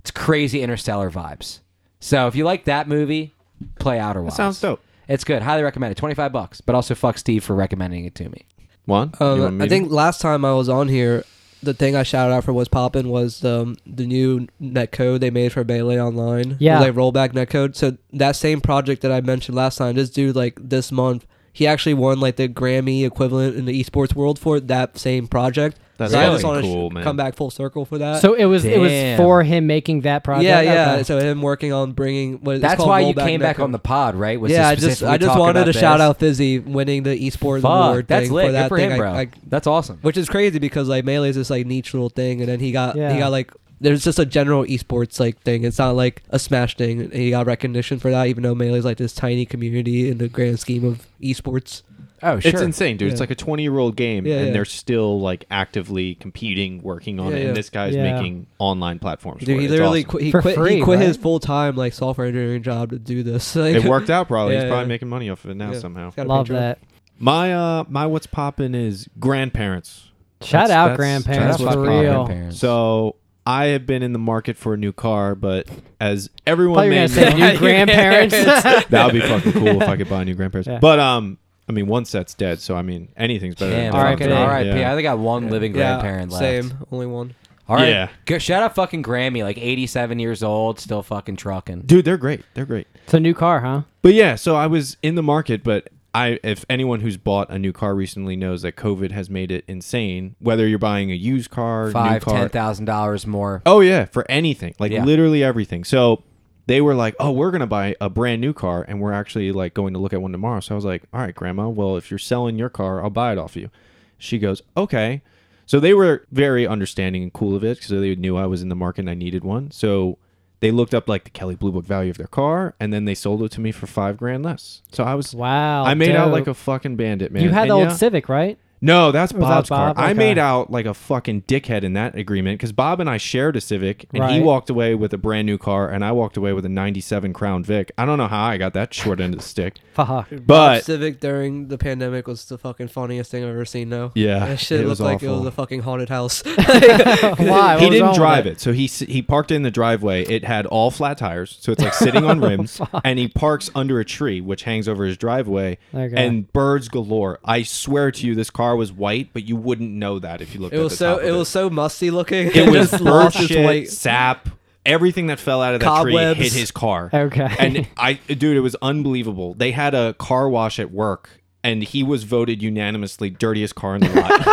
B: it's crazy Interstellar vibes. So if you like that movie, play Outer Wilds.
D: sounds dope.
B: It's good. Highly recommend it. Twenty five bucks, but also fuck Steve for recommending it to me.
D: Juan, you
C: Um,
D: want me
C: I
D: to-
C: think last time I was on here, the thing I shouted out for what's popping was the um, the new netcode they made for Melee Online.
A: Yeah.
C: like rollback netcode. So that same project that I mentioned last time, this dude like this month, he actually won like the Grammy equivalent in the esports world for that same project.
D: That's
C: so I
D: really
C: just wanna sh-
D: cool, man.
C: Come back full circle for that.
A: So it was it was
B: Damn.
A: for him making that project.
C: Uh, yeah, yeah.
A: Okay.
C: So him working on bringing what it's
B: That's
C: called
B: why you
C: rollback
B: came back
C: netcode.
B: on the pod, right? Was to
C: yeah, I just
B: specifically
C: I just
B: talk
C: wanted
B: about
C: to
B: this.
C: shout out Fizzy winning the esports
B: Fuck,
C: award
B: that's
C: thing
B: lit.
C: for that
B: good for
C: thing.
B: him,
C: I-
B: bro.
C: I,
B: that's awesome.
C: which is crazy because like melee is this like niche little thing, and then he got
A: Yeah.
C: he got like there's just a general esports like thing. It's not like a smash thing. and He got recognition for that, even though melee is like this tiny community in the grand scheme of esports.
B: Oh,
D: it's
B: sure.
D: insane, dude. It's
C: Yeah.
D: like a 20 year old game,
C: Yeah,
D: and
C: yeah.
D: they're still like actively competing, working on
C: Yeah,
D: it.
C: yeah.
D: And this guy's
A: Yeah.
D: making online platforms.
C: Dude,
D: for
C: he
D: it. It's
C: literally
D: awesome.
C: quit, he
A: For
C: quit
A: free,
C: he quit
A: right?
C: his full time like software engineering job to do this. Like,
D: It worked out probably.
C: Yeah,
D: He's probably
C: yeah.
D: making money off of it now
C: Yeah.
D: somehow.
C: Gotta
A: Love
C: pay Trump.
A: that.
D: My uh, my what's popping is grandparents.
A: Shout
D: That's-
A: out
D: that's-
A: grandparents
D: that's
A: for
D: what's
A: real.
D: popping. So I have been in the market for a new car, but as
A: I thought
D: everyone
A: you were
D: may
A: gonna say
D: know-
A: new grandparents.
D: that would be fucking cool if I could buy a new grandparents.
A: Yeah.
D: But um, I mean, one set's dead, so I mean, anything's better.
B: Damn,
D: than
A: R.I.P.
B: fucking
D: nothing.
A: Yeah.
B: R.I.P. I only got one living
C: Yeah,
B: grandparent left.
C: Same, only one.
B: All right.
D: Yeah.
B: Go, shout out fucking Grammy, like 87 years old, still fucking trucking.
D: Dude, they're great. They're great.
A: It's a new car, huh?
D: But yeah, so I was in the market, but I if anyone who's bought a new car recently knows that COVID has made it insane, whether you're buying a used car, new
B: Five,
D: car.
B: ten thousand dollars more.
D: oh yeah, for anything. Like
B: Yeah.
D: literally everything. So they were like, "Oh, we're going to buy a brand new car and we're actually like going to look at one tomorrow." So I was like, "All right, grandma, well, if you're selling your car, I'll buy it off you." She goes, "Okay." So they were very understanding and cool of it because they knew I was in the market and I needed one. So they looked up like the Kelly Blue Book value of their car, and then they sold it to me for five grand less. So I was
A: Wow.
D: I made out like a
A: dope.
D: fucking bandit, man.
A: You had
D: And
A: the old
D: yeah-
A: Civic, right?
D: No, that's
A: was that
D: Bob's car.
A: Bob?
D: I
A: Okay.
D: made out like a fucking dickhead in that agreement because Bob and I shared a Civic, and he
A: Right.
D: walked away with a brand new car, and I walked away with a '97 Crown Vic. I don't know how I got that short end of the stick,
A: Fuck.
D: but
C: Civic during the pandemic was the fucking funniest thing I've ever seen. though.
D: yeah,
C: that shit
D: it
C: looked
D: was
C: like it was
D: awful.
C: a fucking haunted house.
A: Why? What
D: he
A: was wrong
D: didn't
A: with
D: drive it, so he s- he parked it in the driveway. It had all flat tires, so it's like sitting on rims, and he parks under a tree which hangs over his driveway,
A: Okay.
D: and birds galore. I swear to you, this car was white, but you wouldn't know that if you looked.
C: it
D: at
C: was
D: the
C: so
D: top of
C: it was so musty looking.
D: It was
C: just
D: bird
C: lost its
D: shit,
C: weight.
D: sap, everything that fell out of that
C: Cobwebs.
D: tree hit his car.
A: Okay.
D: And I, dude, it was unbelievable. They had a car wash at work, and he was voted unanimously dirtiest car in the lot,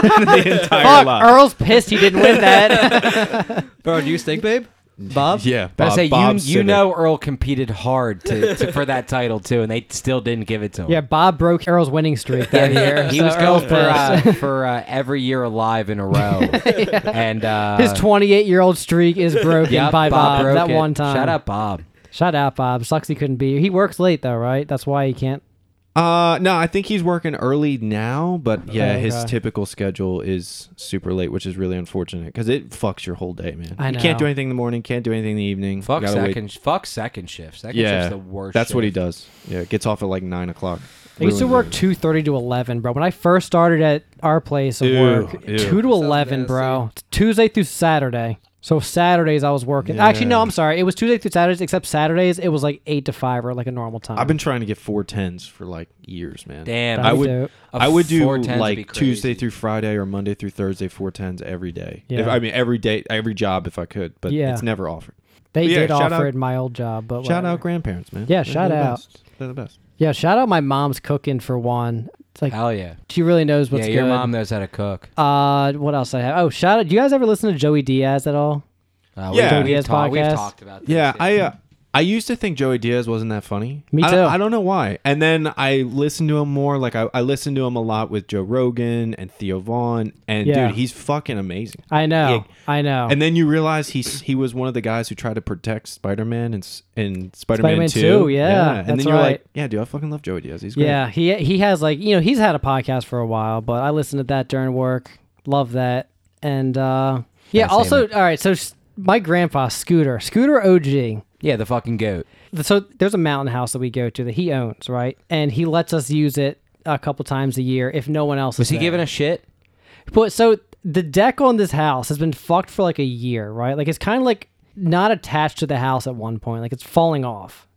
D: the entire
A: Fuck,
D: lot.
A: Earl's pissed he didn't win that.
C: Bro, do you stink, babe? Bob?
D: yeah,
B: But
D: Bob,
B: I say you,
D: Bob's
B: you
D: Civic.
B: know Earl competed hard to, to for that title too, and they still didn't give it to him.
A: yeah, Bob broke Earl's winning streak that year.
B: He
A: so
B: was
A: Earl's
B: going for
A: pissed.
B: uh, for uh, every year alive in a row, and uh,
A: His 28 year old streak is broken
B: yep,
A: by Bob,
B: broke
A: that
B: it.
A: one time.
B: Shout out, Bob.
A: Shout out, Bob. Sucks he couldn't be here. He works late, though, right? That's why he can't.
D: Uh, no, I think he's working early now, but yeah, his
A: Okay.
D: typical schedule is super late, which is really unfortunate because it fucks your whole day, man.
A: I
D: You can't do
A: know.
D: anything in the morning, can't do anything in the evening.
B: Fuck
D: gotta wait.
B: second, fuck second shift. Second
D: Yeah,
B: shift's the worst.
D: That's what he
B: shift.
D: does. Yeah, gets off at like nine o'clock.
A: I used to
D: Ruins
A: work
D: everything.
A: two thirty to eleven, bro. When I first started at our place of
D: Ew,
A: work,
D: ew.
A: two to eleven, bro. It's Tuesday through Saturday. So Saturdays I was working. Actually, no,
D: Yeah.
A: I'm sorry. It was Tuesday through Saturdays, except Saturdays it was like eight to five or like a normal time.
D: I've been trying to get four tens for like years, man.
B: Um, Damn,
A: That'd
D: I
A: be
D: would
A: dope.
B: A
D: I would do
B: 410s would be
D: like
B: crazy.
D: Tuesday through Friday or Monday through Thursday four tens every day.
A: Yeah.
D: If, I mean every day, every job if I could, but
A: Yeah.
D: it's never offered.
A: They
D: yeah,
A: did
D: shout
A: offer
D: out-
A: it in my old job, but
D: Shout
A: whatever.
D: out grandparents, man.
A: Yeah,
D: They're
A: shout
D: the
A: out.
D: best. They're the best.
A: Yeah, shout out my mom's cooking for one. It's like
B: Hell yeah.
A: she really knows what's
B: yeah, your
A: good.
B: mom knows how to cook.
A: Uh, what else I have? Oh, shout out. Do you guys ever listen to Joey Diaz at all?
B: Uh,
D: Yeah.
B: we've, we've,
A: Diaz
B: talked- we've
A: podcast.
B: talked about this.
D: Yeah, I uh, I used to think Joey Diaz wasn't that funny.
A: Me
D: I-
A: too.
D: I, don't know why. And then I listened to him more. Like I, I listened to him a lot with Joe Rogan and Theo Vaughn. And
A: Yeah.
D: dude, he's fucking amazing.
A: I know, I know.
D: And then you realize he's he was one of the guys who tried to protect Spider Man and s- and Spider
A: Spider-Man
D: Man Two.
A: 2, yeah,
D: And
A: that's
D: then you're
A: right.
D: like, yeah, dude, I fucking love Joey Diaz. He's great.
A: Yeah, he he has like you know he's had a podcast for a while, but I listened to that during work. Love that, and uh yeah.
B: That's
A: Also, all right. So s- my grandpa Scooter, Scooter OG.
B: Yeah, the fucking goat.
A: So there's a mountain house that we go to that he owns, right? And he lets us use it a couple times a year if no one else.
B: Was
A: is
B: he
A: there.
B: giving a shit?
A: But so the deck on this house has been fucked for like a year, right? Like it's kind of like not attached to the house at one point, like it's falling off.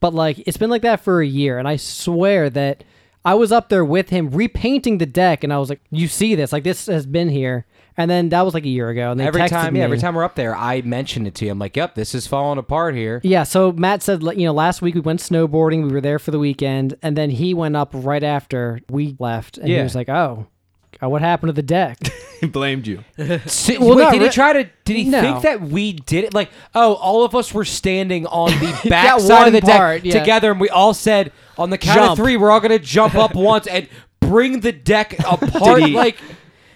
A: But like it's been like that for a year, and I swear that I was up there with him repainting the deck, and I was like, "You see this? Like this has been here." And then that was like a year ago, and they
B: Every
A: texted
B: time, yeah, every
A: me.
B: time we're up there, I mention it to you. I'm like, "Yep, this is falling apart here."
A: Yeah, so Matt said, like, you know, last week we went snowboarding. We were there for the weekend, and then he went up right after we left, and he
B: Yeah.
A: was like, "Oh, uh, what happened to the deck?"
D: he blamed you.
B: Si-
A: Well,
B: wait,
A: not
B: did he
A: re-
B: try to? Did he
A: No.
B: think that we did it? Like, oh, all of us were standing on the
A: That
B: back side
A: one
B: of the deck
A: part, yeah.
B: together, and we all said, "On the count of
A: Jump.
B: three, we're all gonna jump up once and bring the deck apart."
D: Did he-
B: like,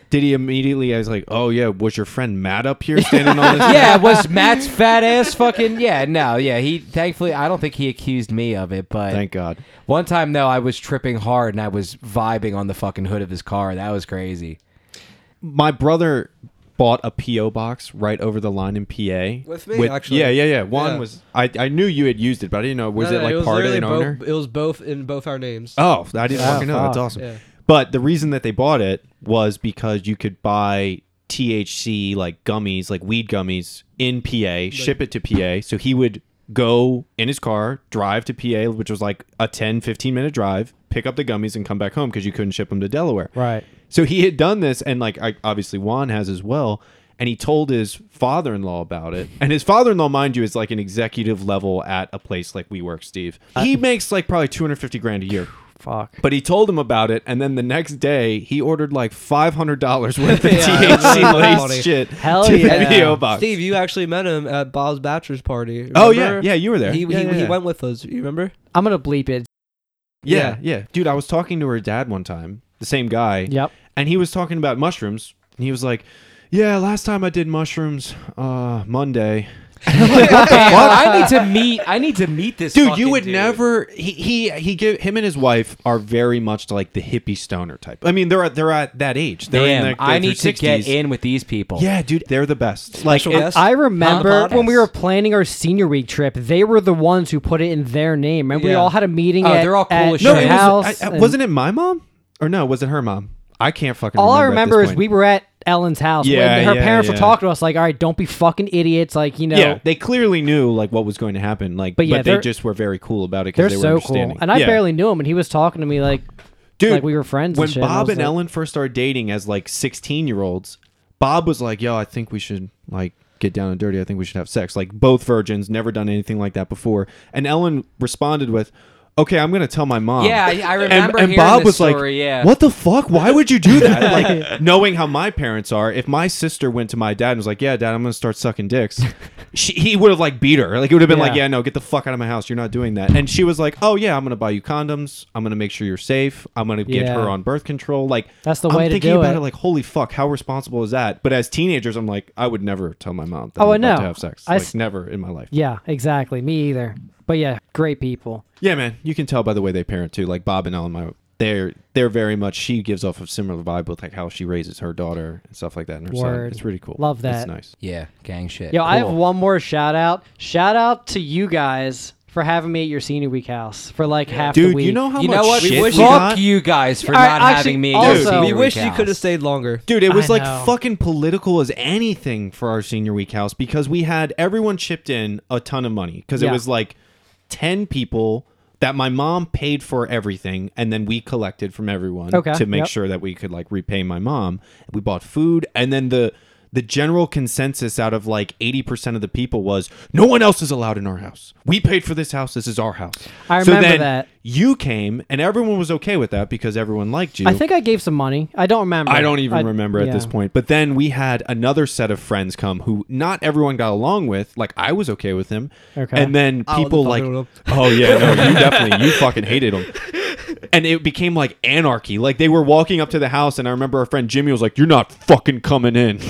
D: Did he immediately? I was like, oh yeah, was your friend Matt up here standing on this?
B: yeah, was Matt's fat ass fucking? Yeah, no, yeah. He thankfully, I don't think he accused me of it, but
D: Thank God.
B: One time though, I was tripping hard and I was vibing on the fucking hood of his car. That was crazy.
D: My brother bought a PO box right over the line in PA
C: With me, actually.
D: Yeah, yeah, yeah. One
C: Yeah.
D: was I, I knew you had used it, but I didn't know was it
C: No, no,
D: like part of
C: literally
D: an owner?
C: both, It was both in both our names.
D: Oh, I didn't
A: Yeah.
D: fucking know. That's
A: Fuck.
D: awesome.
C: Yeah.
D: But the reason that they bought it was because you could buy THC like gummies, like weed gummies in PA, ship it to PA. So he would go in his car, drive to PA, which was like a 10, 15 minute drive, pick up the gummies and come back home because you couldn't ship them to Delaware.
A: Right.
D: So he had done this, and like I, obviously Juan has as well. and he told his father-in-law about it. And his father-in-law, mind you, is like an executive level at a place like WeWork. Steve,
A: Uh,
D: he makes like probably two hundred fifty grand a year.
A: Fuck.
D: But he told him about it, and then the next day he ordered like five hundred dollars worth of THC
C: Funny.
D: laced shit
A: Hell
D: to
A: yeah.
D: the PO box.
C: uh, Steve, you actually met him at Bob's bachelor's party.
D: oh yeah,
C: remember?
D: yeah, you were there.
C: He,
D: yeah,
C: he,
D: yeah,
C: he
D: yeah.
C: went with us. You remember?
A: I'm gonna bleep it.
D: Yeah, yeah, dude, I was talking to her dad one time, the same guy.
A: Yep.
D: and he was talking about mushrooms, and he was like, "Yeah, last time I did mushrooms, uh, Monday."
B: I need to meet. I need to meet this
D: Dude, you
B: fucking
D: would never. He he he. Give, him and his wife are very much like the hippie stoner type. I mean, they're at they're at that age. They're
B: Damn,
D: in their,
B: I
D: their
B: need to get
D: 60s.
B: in with these people.
D: Yeah, dude, they're the best. Like,
C: Special guest?
A: I remember
B: Huh?
A: when we were planning our senior week trip, they were the ones who put it in their name. Remember, we
C: Yeah.
A: all had a meeting
B: Oh,
A: at,
B: they're all cool
A: at
B: as
A: your
B: shit.
D: it
A: house.
D: Was, I- I-
A: and-
D: wasn't it my mom? Or no, was it her mom? I can't fucking.
A: all I
D: remember
A: remember
D: at
A: is
D: this
A: we
D: point.
A: were at Ellen's house. when
D: Yeah,
A: her
D: yeah,
A: parents were
D: yeah.
A: talking to us like, "All right, don't be fucking idiots." Like you know,
D: Yeah, they clearly knew like what was going to happen. Like,
A: But
D: but,
A: yeah,
D: they
A: they're-
D: just were very cool about it.
A: they're
D: 'cause they were
A: so cool.
D: understanding.
A: And I
D: Yeah.
A: barely knew him, and he was talking to me like,
D: dude,
A: like we were friends.
D: When
A: and shit, and I
D: Bob
A: was
D: and
A: like-
D: Ellen first started dating as like sixteen year olds, Bob was like, "Yo, I think we should like get down and dirty. I think we should have sex." Like both virgins, never done anything like that before. And Ellen responded with. Okay, I'm gonna tell my mom.
B: Yeah, I- I
D: And-
B: remember
D: And,
B: hearing
D: Bob
B: this
D: was
B: story,
D: like,
B: yeah.
D: "What the fuck? Why would you do that?" Like, knowing how my parents are, if my sister went to my dad and was like, "Yeah, dad, I'm gonna start sucking dicks," she, he would have like beat her. Like, it would have been like,
A: Yeah.
D: "Yeah, no, get the fuck out of my house. You're not doing that." And she was like, "Oh yeah, I'm gonna buy you condoms. I'm gonna make sure you're safe. I'm gonna get
A: Yeah.
D: her on birth control." Like,
A: That's the
D: I'm
A: way to
D: thinking
A: do
D: about
A: it.
D: it. Like, holy fuck, how responsible is that? But as teenagers, I'm like, I would never tell my mom. That
A: Oh,
D: I'm
A: I
D: about
A: know.
D: to have sex.
A: I
D: like,
A: s-
D: never in my life. Yeah.
A: Yeah, exactly. Me either. But yeah, great people.
D: man, you can tell by the way they parent too. Like Bob and Ellen, my they're they're very much. She gives off a similar vibe with like how she raises her daughter and stuff like that. And her son.
A: Word.
D: It's really cool.
A: Love
D: It's
A: that.
D: nice.
B: yeah, gang shit.
A: Yo, I have
B: Cool.
A: one more shout out. Shout out to you guys for having me at your senior week house for like half the
D: Dude,
A: week.
D: you know how
B: You
D: much
B: know what?
D: shit
B: We
D: we
B: wish
D: got?
B: fuck you guys for
A: All right,
B: not
A: actually,
B: having me. in
A: also-
B: your senior
A: We
C: we
B: week
C: wish you
B: house.
C: could have stayed longer.
D: Dude, it was
A: I
D: like
A: know.
D: fucking political as anything for our senior week house because we had everyone chipped in a ton of money because it
A: Yeah.
D: was like 10 people that my mom paid for everything and then we collected from everyone
A: Okay,
D: to make
A: yep.
D: sure that we could like repay my mom. We bought food and then the the general consensus out of like 80% of the people was no one else is allowed in our house. We paid for this house. This is our house.
A: I
D: so
A: remember
D: then
A: that.
D: You came and everyone was okay with that because everyone liked you.
A: I think I gave some money. I don't remember.
D: I don't even remember at
A: yeah.
D: this point. But then we had another set of friends come who not everyone got along with. Like I was okay with him.
A: Okay.
D: And then
C: I wasn't
D: people like,
C: fucking with
D: oh yeah, no, you definitely, you fucking hated him. And it became like anarchy. Like they were walking up to the house, and I remember our friend Jimmy was like, "You're not fucking coming in."
A: Yeah,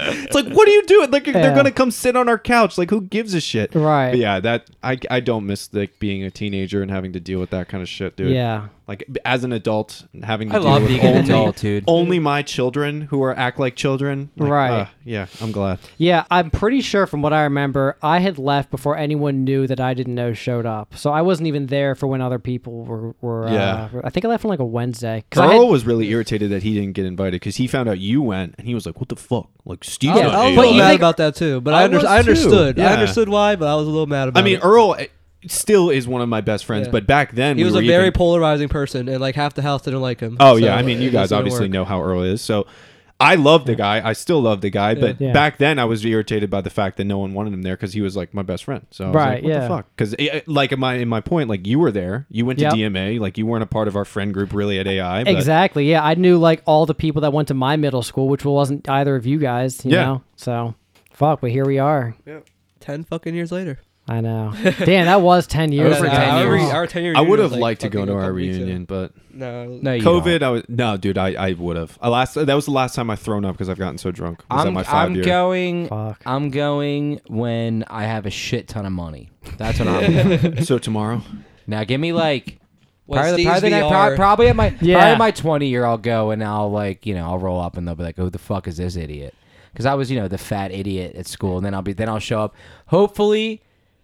D: it's like, what are you doing? Like
A: Yeah.
D: they're gonna come sit on our couch. Like who gives a shit?
A: Right.
D: But yeah. That I I don't miss like being a teenager and having to deal with that kind of shit, dude.
A: yeah.
D: Like as an adult, having to
B: I
D: deal
B: love
D: with
B: being an
D: only-
B: adult, dude.
D: Only my children who are act like children. Like,
A: Right.
D: uh, yeah, I'm glad.
A: Yeah, I'm pretty sure from what I remember, I had left before anyone knew that I didn't know showed up. So I wasn't even there for when other people were. were
D: Yeah.
A: Uh, I think I left on like a Wednesday. 'Cause I
D: Carl
A: had-
D: was really irritated that he didn't get invited because he found out you went and he was like, "What the fuck?" Like Steve.
A: Yeah,
C: I was a
A: But
C: little
A: you
C: mad
A: think-
C: about that too. But
D: I
C: I, under-
D: was
C: I
D: too,
C: understood. I
D: yeah.
C: understood why, but I was a little mad about
D: I
C: it.
D: mean, Earl eh, still is one of my best friends,
C: Yeah.
D: but back then
C: he
D: we
C: was
D: were
C: a very
D: even-
C: polarizing person, and like half the house didn't like him.
D: Oh
C: so
D: yeah, I mean,
C: it
D: you guys
C: doesn't
D: obviously
C: work.
D: know how Earl is. So I love the guy. I still love the guy, but
A: Yeah.
D: back then I was irritated by the fact that no one wanted him there because he was like my best friend. So I was
A: Right,
D: like, what
A: yeah.
D: the fuck? Because like in my in my point, like you were there, you went to
A: Yep.
D: DMA, like you weren't a part of our friend group really at AI. But
A: Exactly. Yeah, I knew like all the people that went to my middle school, which wasn't either of you guys. You
D: Yeah.
A: know. So, fuck. But here we are.
C: Ten fucking years later.
A: I know. Damn, that was ten years.
B: Over
A: ago.
B: 10
C: our,
B: years.
C: Our ten year.
D: I would
C: reunion was,
D: have
C: like,
D: liked to go
C: fucking
D: to
C: a
D: our
C: couple weeks ago.
D: reunion, but
C: No.
B: No, you don't.
D: COVID, I was no, dude, I, I would have. I last that was the last time I thrown up because I've gotten so drunk. Was at
B: I'm,
D: my 5
B: I'm
D: year.
B: going.
A: Fuck.
B: I'm going when I have a shit ton of money. That's what I'm. going.
D: so tomorrow,
B: Now give me like
C: When
B: probably,
C: Steve's
B: probably, the next-
C: VR
B: probably at my
A: Yeah.
B: probably at my twenty year I'll go and I'll like you know I'll roll up and they'll be like who the fuck is this idiot because I was you know the fat idiot at school and then I'll be then I'll show up hopefully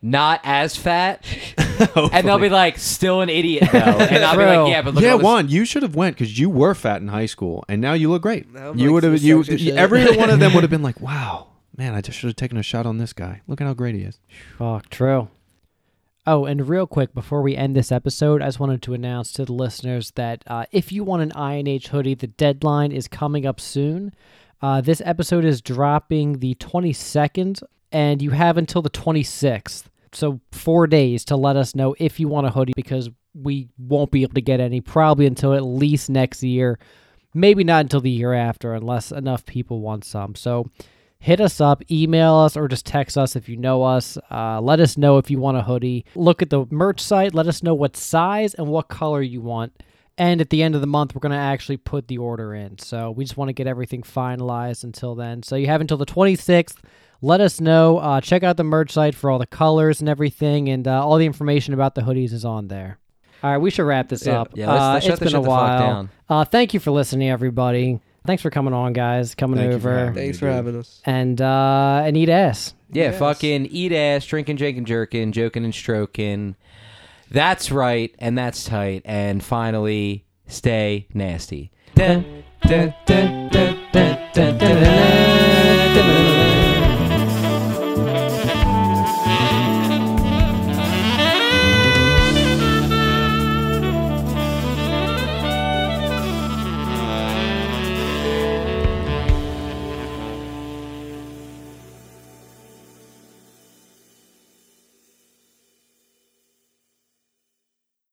B: not as fat and they'll be like still an idiot though and I'll be
A: Bro.
B: like yeah but look at
D: yeah,
B: all this-
D: Juan, you should have went because you were fat in high school, and now you look great.
C: Now I'm
D: you
C: like
D: would have,
C: some
D: you
C: sexy shit.
D: every one of them would have been like, "Wow, man, I just should have taken a shot on this guy. Look at how great he is."
A: Fuck, true. Oh, and real quick before we end this episode, I just wanted to announce to the listeners that uh, if you want an INH hoodie, the deadline is coming up soon. Uh, this episode is dropping the 22nd, and you have until the 26th. So, four days to let us know if you want a hoodie because we won't be able to get any probably until at least next year. Maybe not until the year after, unless enough people want some. So, hit us up, email us, or just text us if you know us. Uh, let us know if you want a hoodie. Look at the merch site. Let us know what size and what color you want. And at the end of the month, we're going to actually put the order in. So we just want to get everything finalized until then. So you have until the 26th. Let us know. Uh, check out the merch site for all the colors and everything. And uh, all the information about the hoodies is on there. All right, we should wrap this
B: Yeah.
A: up.
B: Yeah, let's-
A: Uh,
B: let's shut
A: it's
B: the-
A: been
B: shut
A: a
B: the fuck
A: while.
B: down.
A: Uh, thank you for listening, everybody. Thanks for coming on, guys. Coming
D: Thank you for
A: over
D: having me.
C: Thanks for having us.
A: and uh and eat ass.
B: Yeah,
C: Yes.
B: fucking eat ass, drinking, drinking, jerking, joking and stroking. That's right, and that's tight. And finally, stay nasty. Dun, dun, dun, dun, dun, dun, dun, dun.